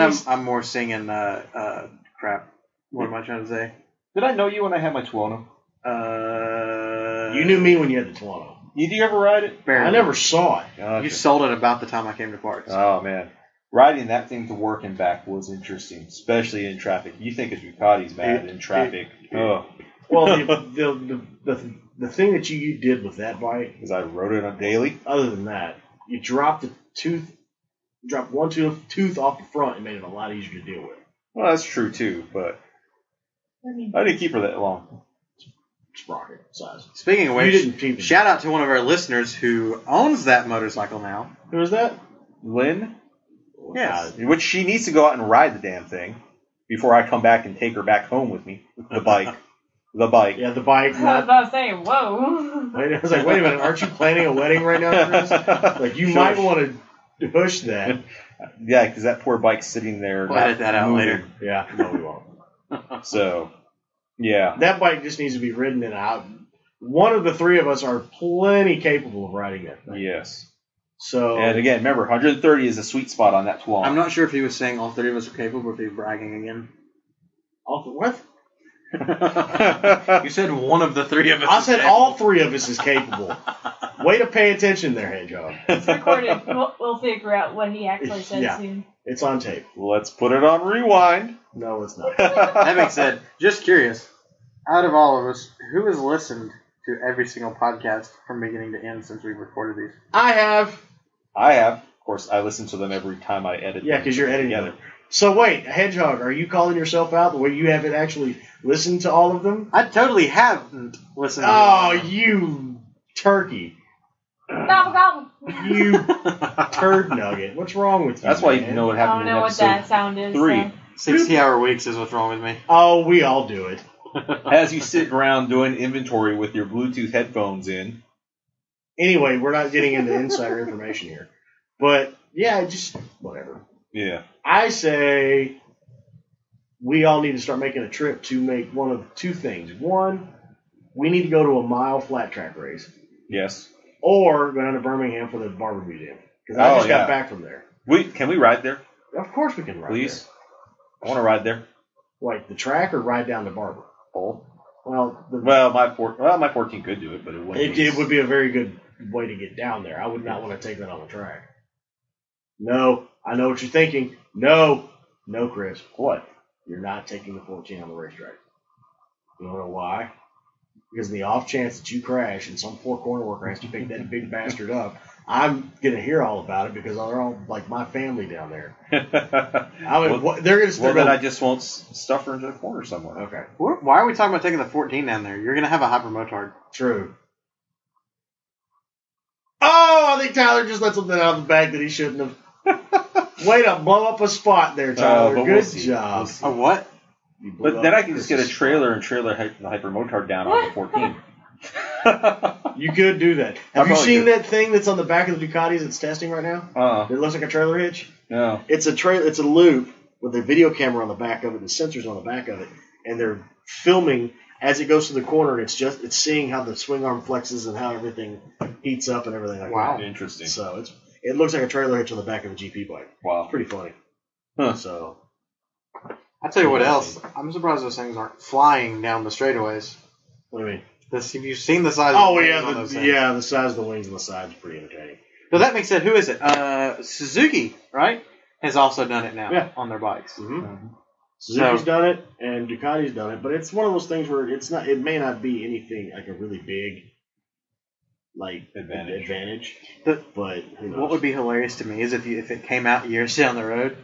Speaker 1: Give
Speaker 6: I'm,
Speaker 1: me-
Speaker 6: I'm more singing. Uh, uh, crap. What am I trying to say?
Speaker 3: Did I know you when I had my Tuono?
Speaker 6: Uh,
Speaker 1: you knew me when you had the Toronto.
Speaker 3: Did you ever ride it?
Speaker 6: barely.
Speaker 1: I never saw it.
Speaker 6: You sold it about the time I came to Parks.
Speaker 1: Uh,
Speaker 3: Oh man, riding that thing to work and back was interesting, especially in traffic. You think it's Ducati's bad in traffic? Oh,
Speaker 1: Well,
Speaker 6: [laughs]
Speaker 1: the the, the the the thing that you did with that bike,
Speaker 3: because I rode it on daily.
Speaker 1: other than that, you dropped the tooth, dropped one tooth tooth off the front and made it a lot easier to deal with.
Speaker 3: Well, that's true too, but
Speaker 4: I [laughs] mean,
Speaker 3: I didn't keep her that long.
Speaker 1: Sprocket size.
Speaker 6: Speaking of
Speaker 1: You
Speaker 6: which,
Speaker 1: didn't keep it.
Speaker 6: shout out to one of our listeners who owns that motorcycle now.
Speaker 1: Who was that?
Speaker 3: Lynn,
Speaker 6: Yes.
Speaker 3: which she needs to go out and ride the damn thing before I come back and take her back home with me. The
Speaker 1: [laughs]
Speaker 3: bike, the bike.
Speaker 1: Yeah, the bike.
Speaker 4: I was
Speaker 1: Not,
Speaker 4: about to say, whoa.
Speaker 1: [laughs] wait, I was like, wait a minute, aren't you planning a wedding right now,
Speaker 3: [laughs]
Speaker 1: Chris? Like you
Speaker 3: Sure.
Speaker 1: might want to push that.
Speaker 3: Yeah, because that poor bike's sitting there.
Speaker 6: We'll edit that out
Speaker 3: moving.
Speaker 6: later.
Speaker 1: Yeah, no, we won't.
Speaker 3: So, yeah.
Speaker 1: That bike just needs to be ridden and out. One of the three of us are plenty capable of riding that thing.
Speaker 3: Yes.
Speaker 1: So
Speaker 3: And again, remember, 130 is a sweet spot on that 12.
Speaker 6: I'm not sure if he was saying all three of us are capable of bragging again.
Speaker 1: all th- what?
Speaker 6: You said one of the three of us.
Speaker 1: I
Speaker 6: is
Speaker 1: said
Speaker 6: capable.
Speaker 1: all three of us is capable. Way to pay attention there, Hedgehog.
Speaker 4: It's recorded. We'll, we'll figure out what he actually said
Speaker 1: Yeah.
Speaker 4: soon.
Speaker 1: It's on tape.
Speaker 3: [laughs] Let's put it on rewind.
Speaker 1: No, it's not.
Speaker 6: That being said, just curious, out of all of us, who has listened to every single podcast from beginning to end since we've recorded these?
Speaker 1: I have.
Speaker 3: I have. Of course, I listen to them every time I edit.
Speaker 1: Yeah,
Speaker 3: them
Speaker 1: because you're editing
Speaker 3: together.
Speaker 1: them. So wait, Hedgehog, are you calling yourself out the way you haven't actually listened to all of them?
Speaker 6: I totally haven't listened.
Speaker 1: Oh,
Speaker 6: to
Speaker 1: you turkey.
Speaker 4: Gobble, gobble.
Speaker 1: You turd nugget. What's wrong with you?
Speaker 3: That's why you
Speaker 1: man?
Speaker 3: know what
Speaker 4: I
Speaker 3: happened
Speaker 4: don't know
Speaker 3: in
Speaker 4: what that
Speaker 3: episode
Speaker 4: sound is.
Speaker 3: three.
Speaker 4: so-
Speaker 6: Sixty-hour weeks is what's wrong with me.
Speaker 1: Oh, we all do it.
Speaker 3: As you sit around doing inventory with your Bluetooth headphones in.
Speaker 1: anyway, we're not getting into insider information here. But yeah, just whatever.
Speaker 3: Yeah.
Speaker 1: I say we all need to start making a trip to make one of two things. One, we need to go to a mile flat track race,
Speaker 3: Yes.
Speaker 1: or go down to Birmingham for the Barber Museum. Because
Speaker 3: Oh,
Speaker 1: I just
Speaker 3: yeah.
Speaker 1: got back from there.
Speaker 3: We can we ride there,
Speaker 1: Of course we can ride.
Speaker 3: please?
Speaker 1: there.
Speaker 3: I want to ride there.
Speaker 1: like the track or ride down to Barber?
Speaker 3: Both.
Speaker 1: Well, the,
Speaker 3: Well, my four, well, my fourteen could do it, but it wouldn't.
Speaker 1: it, it would be a very good way to get down there. I would not want to take that on the track. No, I know what you're thinking. No, no, Chris. What? You're not taking the 14 on the racetrack. You don't know why? Because in the off chance that you crash and some poor corner worker has to pick that big [laughs] bastard up, I'm gonna hear all about it because they're all like my family down there. I would,
Speaker 3: well,
Speaker 1: what, they're gonna.
Speaker 3: [laughs] well,
Speaker 1: start
Speaker 3: then I just won't s- stuff her into the corner somewhere.
Speaker 1: okay.
Speaker 6: Wh- Why are we talking about taking the 14 down there? You're going to have a hyper motard.
Speaker 1: True. Oh, I think Tyler just let something out of the bag that he shouldn't have.
Speaker 3: [laughs]
Speaker 1: Way to blow up a spot there, Tyler.
Speaker 3: Uh, but we'll
Speaker 1: Good
Speaker 3: see.
Speaker 1: job.
Speaker 6: A what?
Speaker 1: You blew
Speaker 3: But
Speaker 1: up
Speaker 3: then I can just get a
Speaker 1: Chris's
Speaker 3: trailer and trailer hy- the hyper motard down on the fourteen. [laughs]
Speaker 1: spot. You could do that. Have you
Speaker 3: probably
Speaker 1: seen
Speaker 3: could.
Speaker 1: that thing that's on the back of the Ducatis that's testing right now?
Speaker 3: uh,
Speaker 1: It looks like a trailer hitch.
Speaker 3: no.
Speaker 1: It's a trail. It's a loop with a video camera on the back of it, the sensors on the back of it, and they're filming as it goes to the corner. And it's just it's seeing how the swing arm flexes and how everything heats up and everything like that.
Speaker 6: Wow.
Speaker 3: Interesting.
Speaker 1: So it's it looks like a trailer hitch on the back of a GP bike.
Speaker 3: wow.
Speaker 1: It's pretty funny.
Speaker 3: Huh.
Speaker 1: So
Speaker 6: I tell you what else. I'm surprised those things aren't flying down the straightaways.
Speaker 1: what do you mean?
Speaker 6: This, have you seen the size?
Speaker 1: Oh
Speaker 6: of the wings on
Speaker 1: yeah,
Speaker 6: those
Speaker 1: the,
Speaker 6: things?
Speaker 1: yeah. The size of the wings and the sides is pretty entertaining.
Speaker 6: So that being said, who is it? Uh, Suzuki, right? Has also done it now
Speaker 1: Yeah.
Speaker 6: on their bikes.
Speaker 1: Mm-hmm.
Speaker 3: Mhm.
Speaker 1: Suzuki's
Speaker 6: Uh-huh. So-
Speaker 1: done it and Ducati's done it, but it's one of those things where it's not. It may not be anything like a really big like
Speaker 3: Advantage.
Speaker 1: advantage
Speaker 6: The-
Speaker 1: but who knows?
Speaker 6: What would be hilarious to me is if you, if it came out years down the road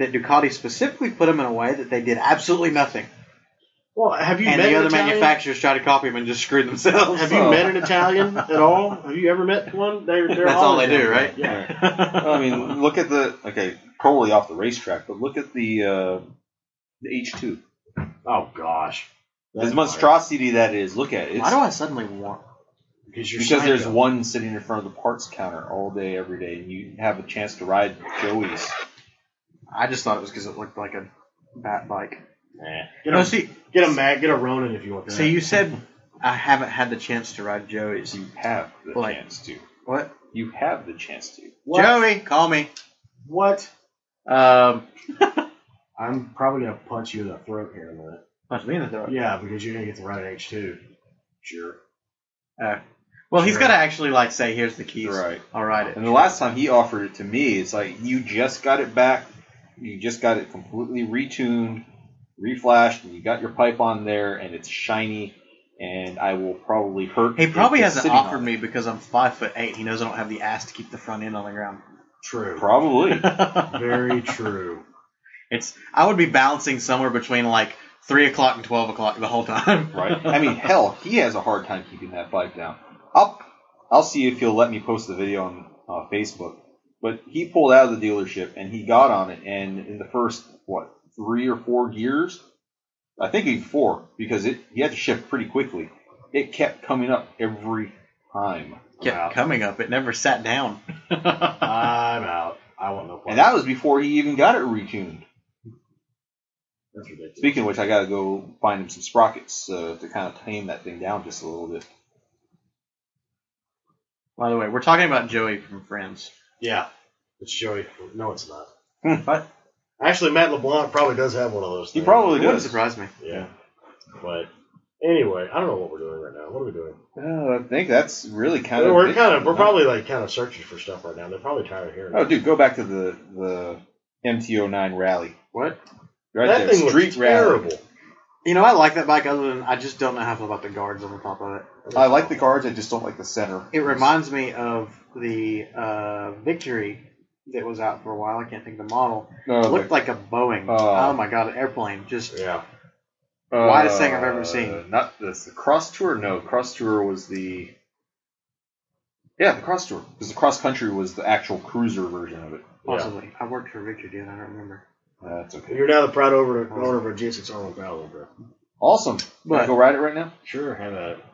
Speaker 6: that Ducati specifically put them in a way that they did absolutely nothing,
Speaker 1: well, have you
Speaker 6: and
Speaker 1: met
Speaker 6: the
Speaker 1: an
Speaker 6: other
Speaker 1: Italian?
Speaker 6: manufacturers tried to copy them and just screwed themselves.
Speaker 1: Have you
Speaker 3: Oh.
Speaker 1: met an
Speaker 6: [laughs]
Speaker 1: Italian at all? Have you ever met one? They're, they're
Speaker 6: That's all they do,
Speaker 1: Italian.
Speaker 6: right?
Speaker 1: Yeah.
Speaker 3: Well, I mean, look at the okay, totally off the racetrack, but look at the uh, the H two.
Speaker 1: Oh gosh.
Speaker 3: As monstrosity that is, look at it.
Speaker 6: [laughs] Why do
Speaker 3: It's-
Speaker 6: I suddenly want?
Speaker 1: because you're
Speaker 3: because there's
Speaker 1: psycho.
Speaker 3: one sitting in front of the parts counter all day, every day, and you have a chance to ride Joey's.
Speaker 6: I just thought it was because it looked like a bat bike.
Speaker 1: Get
Speaker 6: No,
Speaker 1: a,
Speaker 6: see,
Speaker 1: get a mag, get a Ronin if you want.
Speaker 6: so you said [laughs] I haven't had the chance to ride Joey's.
Speaker 3: You have the
Speaker 6: Like-
Speaker 3: chance to.
Speaker 6: What?
Speaker 3: You have the chance to.
Speaker 1: What?
Speaker 6: Joey, call me.
Speaker 1: What?
Speaker 6: Um,
Speaker 1: I'm probably gonna punch you in the throat here in a minute.
Speaker 6: punch me in the throat.
Speaker 1: Yeah, because you're gonna get to ride an H2. Sure.
Speaker 6: Well, he's
Speaker 1: Sure.
Speaker 6: got to actually like say, "Here's the keys.
Speaker 3: Right.
Speaker 6: I'll ride it."
Speaker 3: And the last time he offered it to me, it's like you just got it back, you just got it completely retuned, reflashed, and you got your pipe on there, and it's shiny, and I will probably hurt.
Speaker 6: He
Speaker 3: it
Speaker 6: probably
Speaker 3: just
Speaker 6: hasn't
Speaker 3: sitting on
Speaker 6: offered
Speaker 3: it.
Speaker 6: me because I'm five foot eight. He knows I don't have the ass to keep the front end on the ground.
Speaker 1: True.
Speaker 3: Probably.
Speaker 1: [laughs] Very true.
Speaker 6: It's I would be balancing somewhere between like three o'clock and twelve o'clock the whole time. [laughs]
Speaker 3: Right. I mean, hell, he has a hard time keeping that bike down. I'll I'll see if he'll let me post the video on uh, Facebook. But he pulled out of the dealership and he got on it, and in the first what three or four gears, I think even four, because it he had to shift pretty quickly. It kept coming up every time,
Speaker 6: Kept
Speaker 1: Wow.
Speaker 6: coming up. It never sat down.
Speaker 1: I'm out. I want no part.
Speaker 3: and that was before he even got it retuned.
Speaker 1: That's ridiculous.
Speaker 3: Speaking of which, I got to go find him some sprockets uh, to kind of tame that thing down just a little bit. [laughs]
Speaker 6: By the way, we're talking about Joey from Friends.
Speaker 1: yeah. It's Joey. No, it's not.
Speaker 6: What?
Speaker 1: Actually, Matt LeBlanc probably does have one of those.
Speaker 3: He
Speaker 1: things.
Speaker 3: probably
Speaker 6: It wouldn't
Speaker 3: does.
Speaker 6: surprise me.
Speaker 1: Yeah. But anyway, I don't know what we're doing right now. What are we doing?
Speaker 3: Uh, I think that's really kind of
Speaker 1: we're
Speaker 3: it.
Speaker 1: kind of we're probably like kind of searching for stuff right now. They're probably tired of hearing.
Speaker 3: Oh,
Speaker 1: it.
Speaker 3: dude, go back to the the MT09 rally.
Speaker 6: What?
Speaker 3: Right
Speaker 1: that
Speaker 3: there,
Speaker 1: thing
Speaker 3: street
Speaker 1: was terrible.
Speaker 6: You know, I like that bike. Other than I just don't know how I feel about the guards on the top of it.
Speaker 3: rally. I like the cards, I just don't like the center.
Speaker 6: It reminds me of the uh, Victory that was out for a while. I can't think of the model.
Speaker 3: No,
Speaker 6: It looked like a Boeing.
Speaker 3: Oh.
Speaker 6: oh my god, an airplane. Just
Speaker 1: Yeah.
Speaker 3: the- uh,
Speaker 6: widest thing I've ever seen.
Speaker 3: Not this the cross tour. No, cross tour was the yeah the cross tour because the cross country was the actual cruiser version of it.
Speaker 1: yeah.
Speaker 6: Possibly. I worked for Victor, dude. I don't remember.
Speaker 3: That's okay.
Speaker 1: You're now the proud owner owner of a G6 Arnold Battle, bro.
Speaker 3: Awesome. Can I
Speaker 6: But-
Speaker 3: go ride it right now?
Speaker 1: Sure, have at it.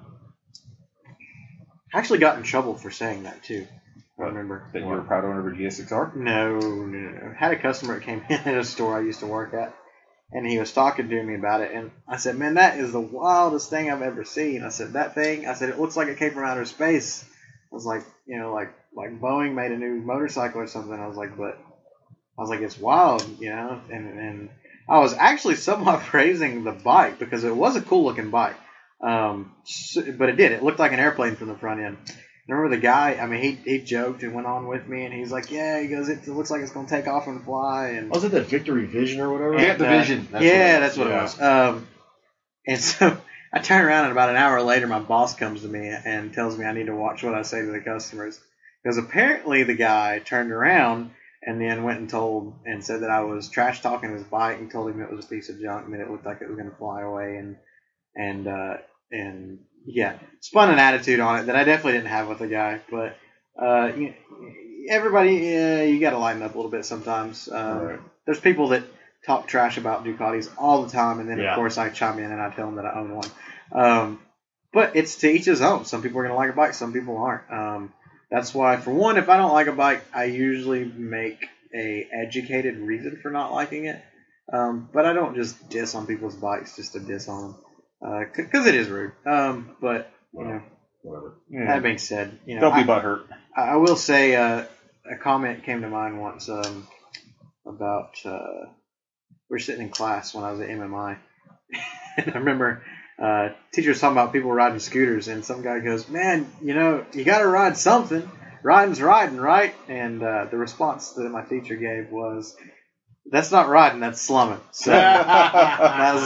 Speaker 6: I actually got in trouble for saying that, too. I
Speaker 3: What?
Speaker 6: remember.
Speaker 3: That you're a proud owner of a GSXR.
Speaker 6: No, no, no, no. Had a customer that came [laughs] in at a store I used to work at, and he was talking to me about it. And I said, Man, that is the wildest thing I've ever seen. I said, That thing, I said, it looks like it came from outer space. I was like, You know, like, like Boeing made a new motorcycle or something. I was like, But I was like, It's wild, you know? And, and I was actually somewhat [laughs] praising the bike because it was a cool looking bike. Um, s- but it did. It looked like an airplane from the front end. And I remember the guy? I mean, he, he joked and went on with me, and he's like, "Yeah," he goes, "It looks like it's gonna take off and fly." And
Speaker 1: Was it that Victory Vision or whatever?
Speaker 6: Yeah.
Speaker 3: Get the vision.
Speaker 6: yeah, that's what
Speaker 3: Yeah.
Speaker 6: it was. Um, and so [laughs] I turn around, and about an hour later, my boss comes to me and tells me I need to watch what I say to the customers because apparently the guy turned around and then went and told and said that I was trash talking his bike and told him it was a piece of junk and that it looked like it was going to fly away and and uh, and yeah, spun an attitude on it that I definitely didn't have with the guy, but. Uh, you, everybody, uh, you got to lighten up a little bit sometimes. Um,
Speaker 1: Right.
Speaker 6: There's people that talk trash about Ducatis all the time, and then
Speaker 1: Yeah.
Speaker 6: of course I chime in and I tell them that I own one. Um, but it's to each his own. Some people are going to like a bike, some people aren't. Um, that's why, for one, if I don't like a bike, I usually make a educated reason for not liking it. Um, but I don't just diss on people's bikes just to diss on them because Uh, it is rude. Um, but you know,
Speaker 1: Well, [laughs] whatever.
Speaker 3: Yeah.
Speaker 6: that being said, you know,
Speaker 3: Don't
Speaker 6: I-
Speaker 3: be butthurt.
Speaker 6: I I will say uh, a comment came to mind once um, about uh, we were sitting in class when I [laughs] was at MMI, and I remember uh, teacher was talking about people riding scooters, and some guy goes, "Man, you know, you got to ride something. Riding's riding, right?" And uh, the response that my teacher gave was, "That's not riding, that's slumming."
Speaker 3: [laughs]
Speaker 6: So. [laughs] That's,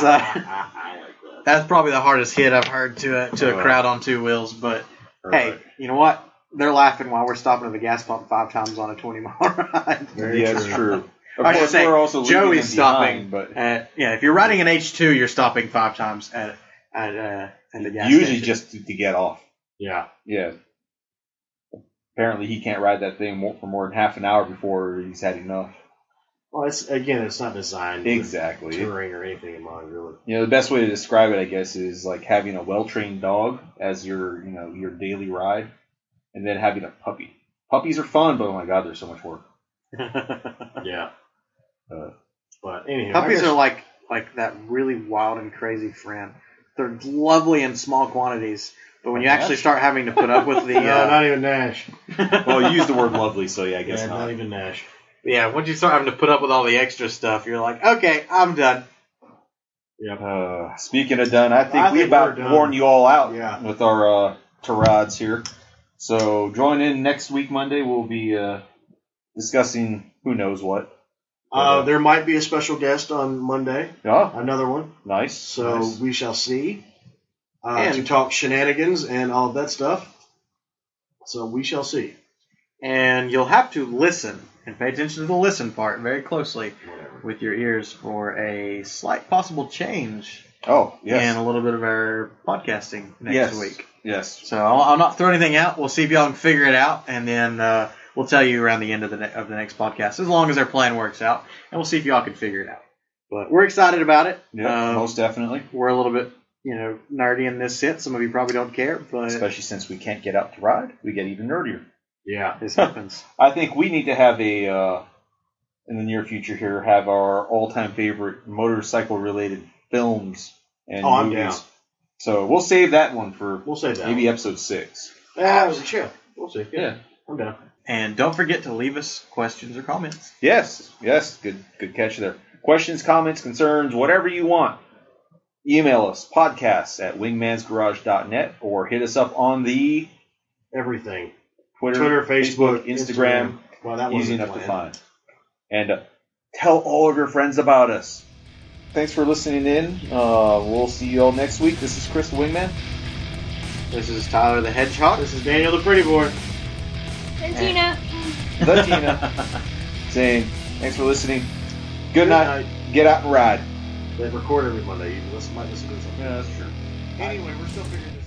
Speaker 6: uh,
Speaker 1: I like that.
Speaker 6: That's probably the hardest hit I've heard to a, to a crowd on two wheels, but hey,
Speaker 1: Alright.
Speaker 6: you know what? They're laughing while we're stopping at the gas pump five times on a 20 mile [laughs] ride.
Speaker 1: Very
Speaker 3: yeah, it's true. [laughs] Of
Speaker 6: I
Speaker 3: course,
Speaker 6: was gonna say,
Speaker 3: we're also leaving
Speaker 6: Joey's
Speaker 3: them
Speaker 6: stopping,
Speaker 3: behind, but
Speaker 6: Uh, yeah, if you're riding an H2, you're stopping five times at at, uh, at the gas
Speaker 3: usually
Speaker 6: station.
Speaker 3: just to, to get off.
Speaker 1: Yeah.
Speaker 3: Yeah. Apparently, he can't ride that thing more, for more than half an hour before he's had enough.
Speaker 1: Well, it's again, it's not designed with
Speaker 3: Exactly.
Speaker 1: touring or anything in mind, really.
Speaker 3: You know, the best way to describe it, I guess, is like having a well-trained dog as your, you know, your daily ride, and then having a puppy. Puppies are fun, but oh my god, they're so much [laughs] work.
Speaker 1: Yeah.
Speaker 3: Uh,
Speaker 1: but anyhow,
Speaker 6: Puppies are like like that really wild and crazy friend. They're lovely in small quantities, but when you
Speaker 3: Like
Speaker 6: actually
Speaker 3: that?
Speaker 6: start having to put up with [laughs] the
Speaker 1: [laughs] no,
Speaker 6: uh,
Speaker 1: not even Nash.
Speaker 3: Well, you used the word lovely, so yeah, I guess
Speaker 1: Yeah,
Speaker 3: not.
Speaker 1: not even Nash.
Speaker 6: yeah, once you start having to put up with all the extra stuff, you're like, okay, I'm done.
Speaker 3: Uh, speaking of done, I think
Speaker 1: I
Speaker 3: we
Speaker 1: think
Speaker 3: about
Speaker 1: we're done.
Speaker 3: worn you all out
Speaker 1: Yeah.
Speaker 3: with our uh, tirades here. So join in next week, Monday. We'll be uh, discussing who knows what.
Speaker 1: Uh, there might be a special guest on Monday,
Speaker 3: Oh,
Speaker 1: another one.
Speaker 3: nice.
Speaker 1: So
Speaker 3: nice.
Speaker 1: we shall see. Uh,
Speaker 6: And-
Speaker 1: to talk shenanigans and all that stuff. So we shall see.
Speaker 6: and you'll have to listen and pay attention to the listen part very closely with your ears for a slight possible change
Speaker 3: oh yes,
Speaker 6: in a little bit of our podcasting next
Speaker 3: yes,
Speaker 6: week.
Speaker 3: yes.
Speaker 6: So I'll, I'll not throw anything out. We'll see if y'all can figure it out, and then uh, we'll tell you around the end of the ne- of the next podcast, as long as our plan works out, and we'll see if y'all can figure it out. But we're excited about it.
Speaker 3: Yeah,
Speaker 6: Um,
Speaker 3: most definitely.
Speaker 1: uh,
Speaker 6: We're a little bit you know nerdy in this sense. Some of you probably don't care, but
Speaker 3: Especially since we can't get out to ride, we get even nerdier.
Speaker 1: Yeah.
Speaker 6: this happens.
Speaker 3: I think we need to have a uh, in the near future here have our all-time favorite motorcycle-related films and
Speaker 1: Oh, I'm
Speaker 3: movies.
Speaker 1: down.
Speaker 3: So we'll save that one for
Speaker 1: We'll say that.
Speaker 3: maybe episode six.
Speaker 1: one. Ah, it was a chill. We'll see. Yeah.
Speaker 3: Yeah.
Speaker 1: I'm down.
Speaker 6: And don't forget to leave us questions or comments.
Speaker 3: Yes. Yes. Good. Good catch there. Questions, comments, concerns, whatever you want. Email us podcasts at wingmansgarage.net or hit us up on the
Speaker 1: Everything.
Speaker 3: Twitter,
Speaker 1: Twitter, Facebook,
Speaker 3: Instagram.
Speaker 1: Well, that
Speaker 3: easy
Speaker 1: wasn't
Speaker 3: enough to
Speaker 1: planned.
Speaker 3: find. And uh, tell all of your friends about us. Thanks for listening in. Uh, we'll see you all next week. This is Chris the Wingman.
Speaker 6: This is Tyler the Hedgehog.
Speaker 1: This is Daniel the Pretty Boy.
Speaker 4: And Tina.
Speaker 3: The Tina. Saying, thanks for listening. Good night. Get out and ride.
Speaker 1: They record every Monday. You listen, might listen to this on
Speaker 3: Yeah, that's true. Anyway, we're still figuring this out.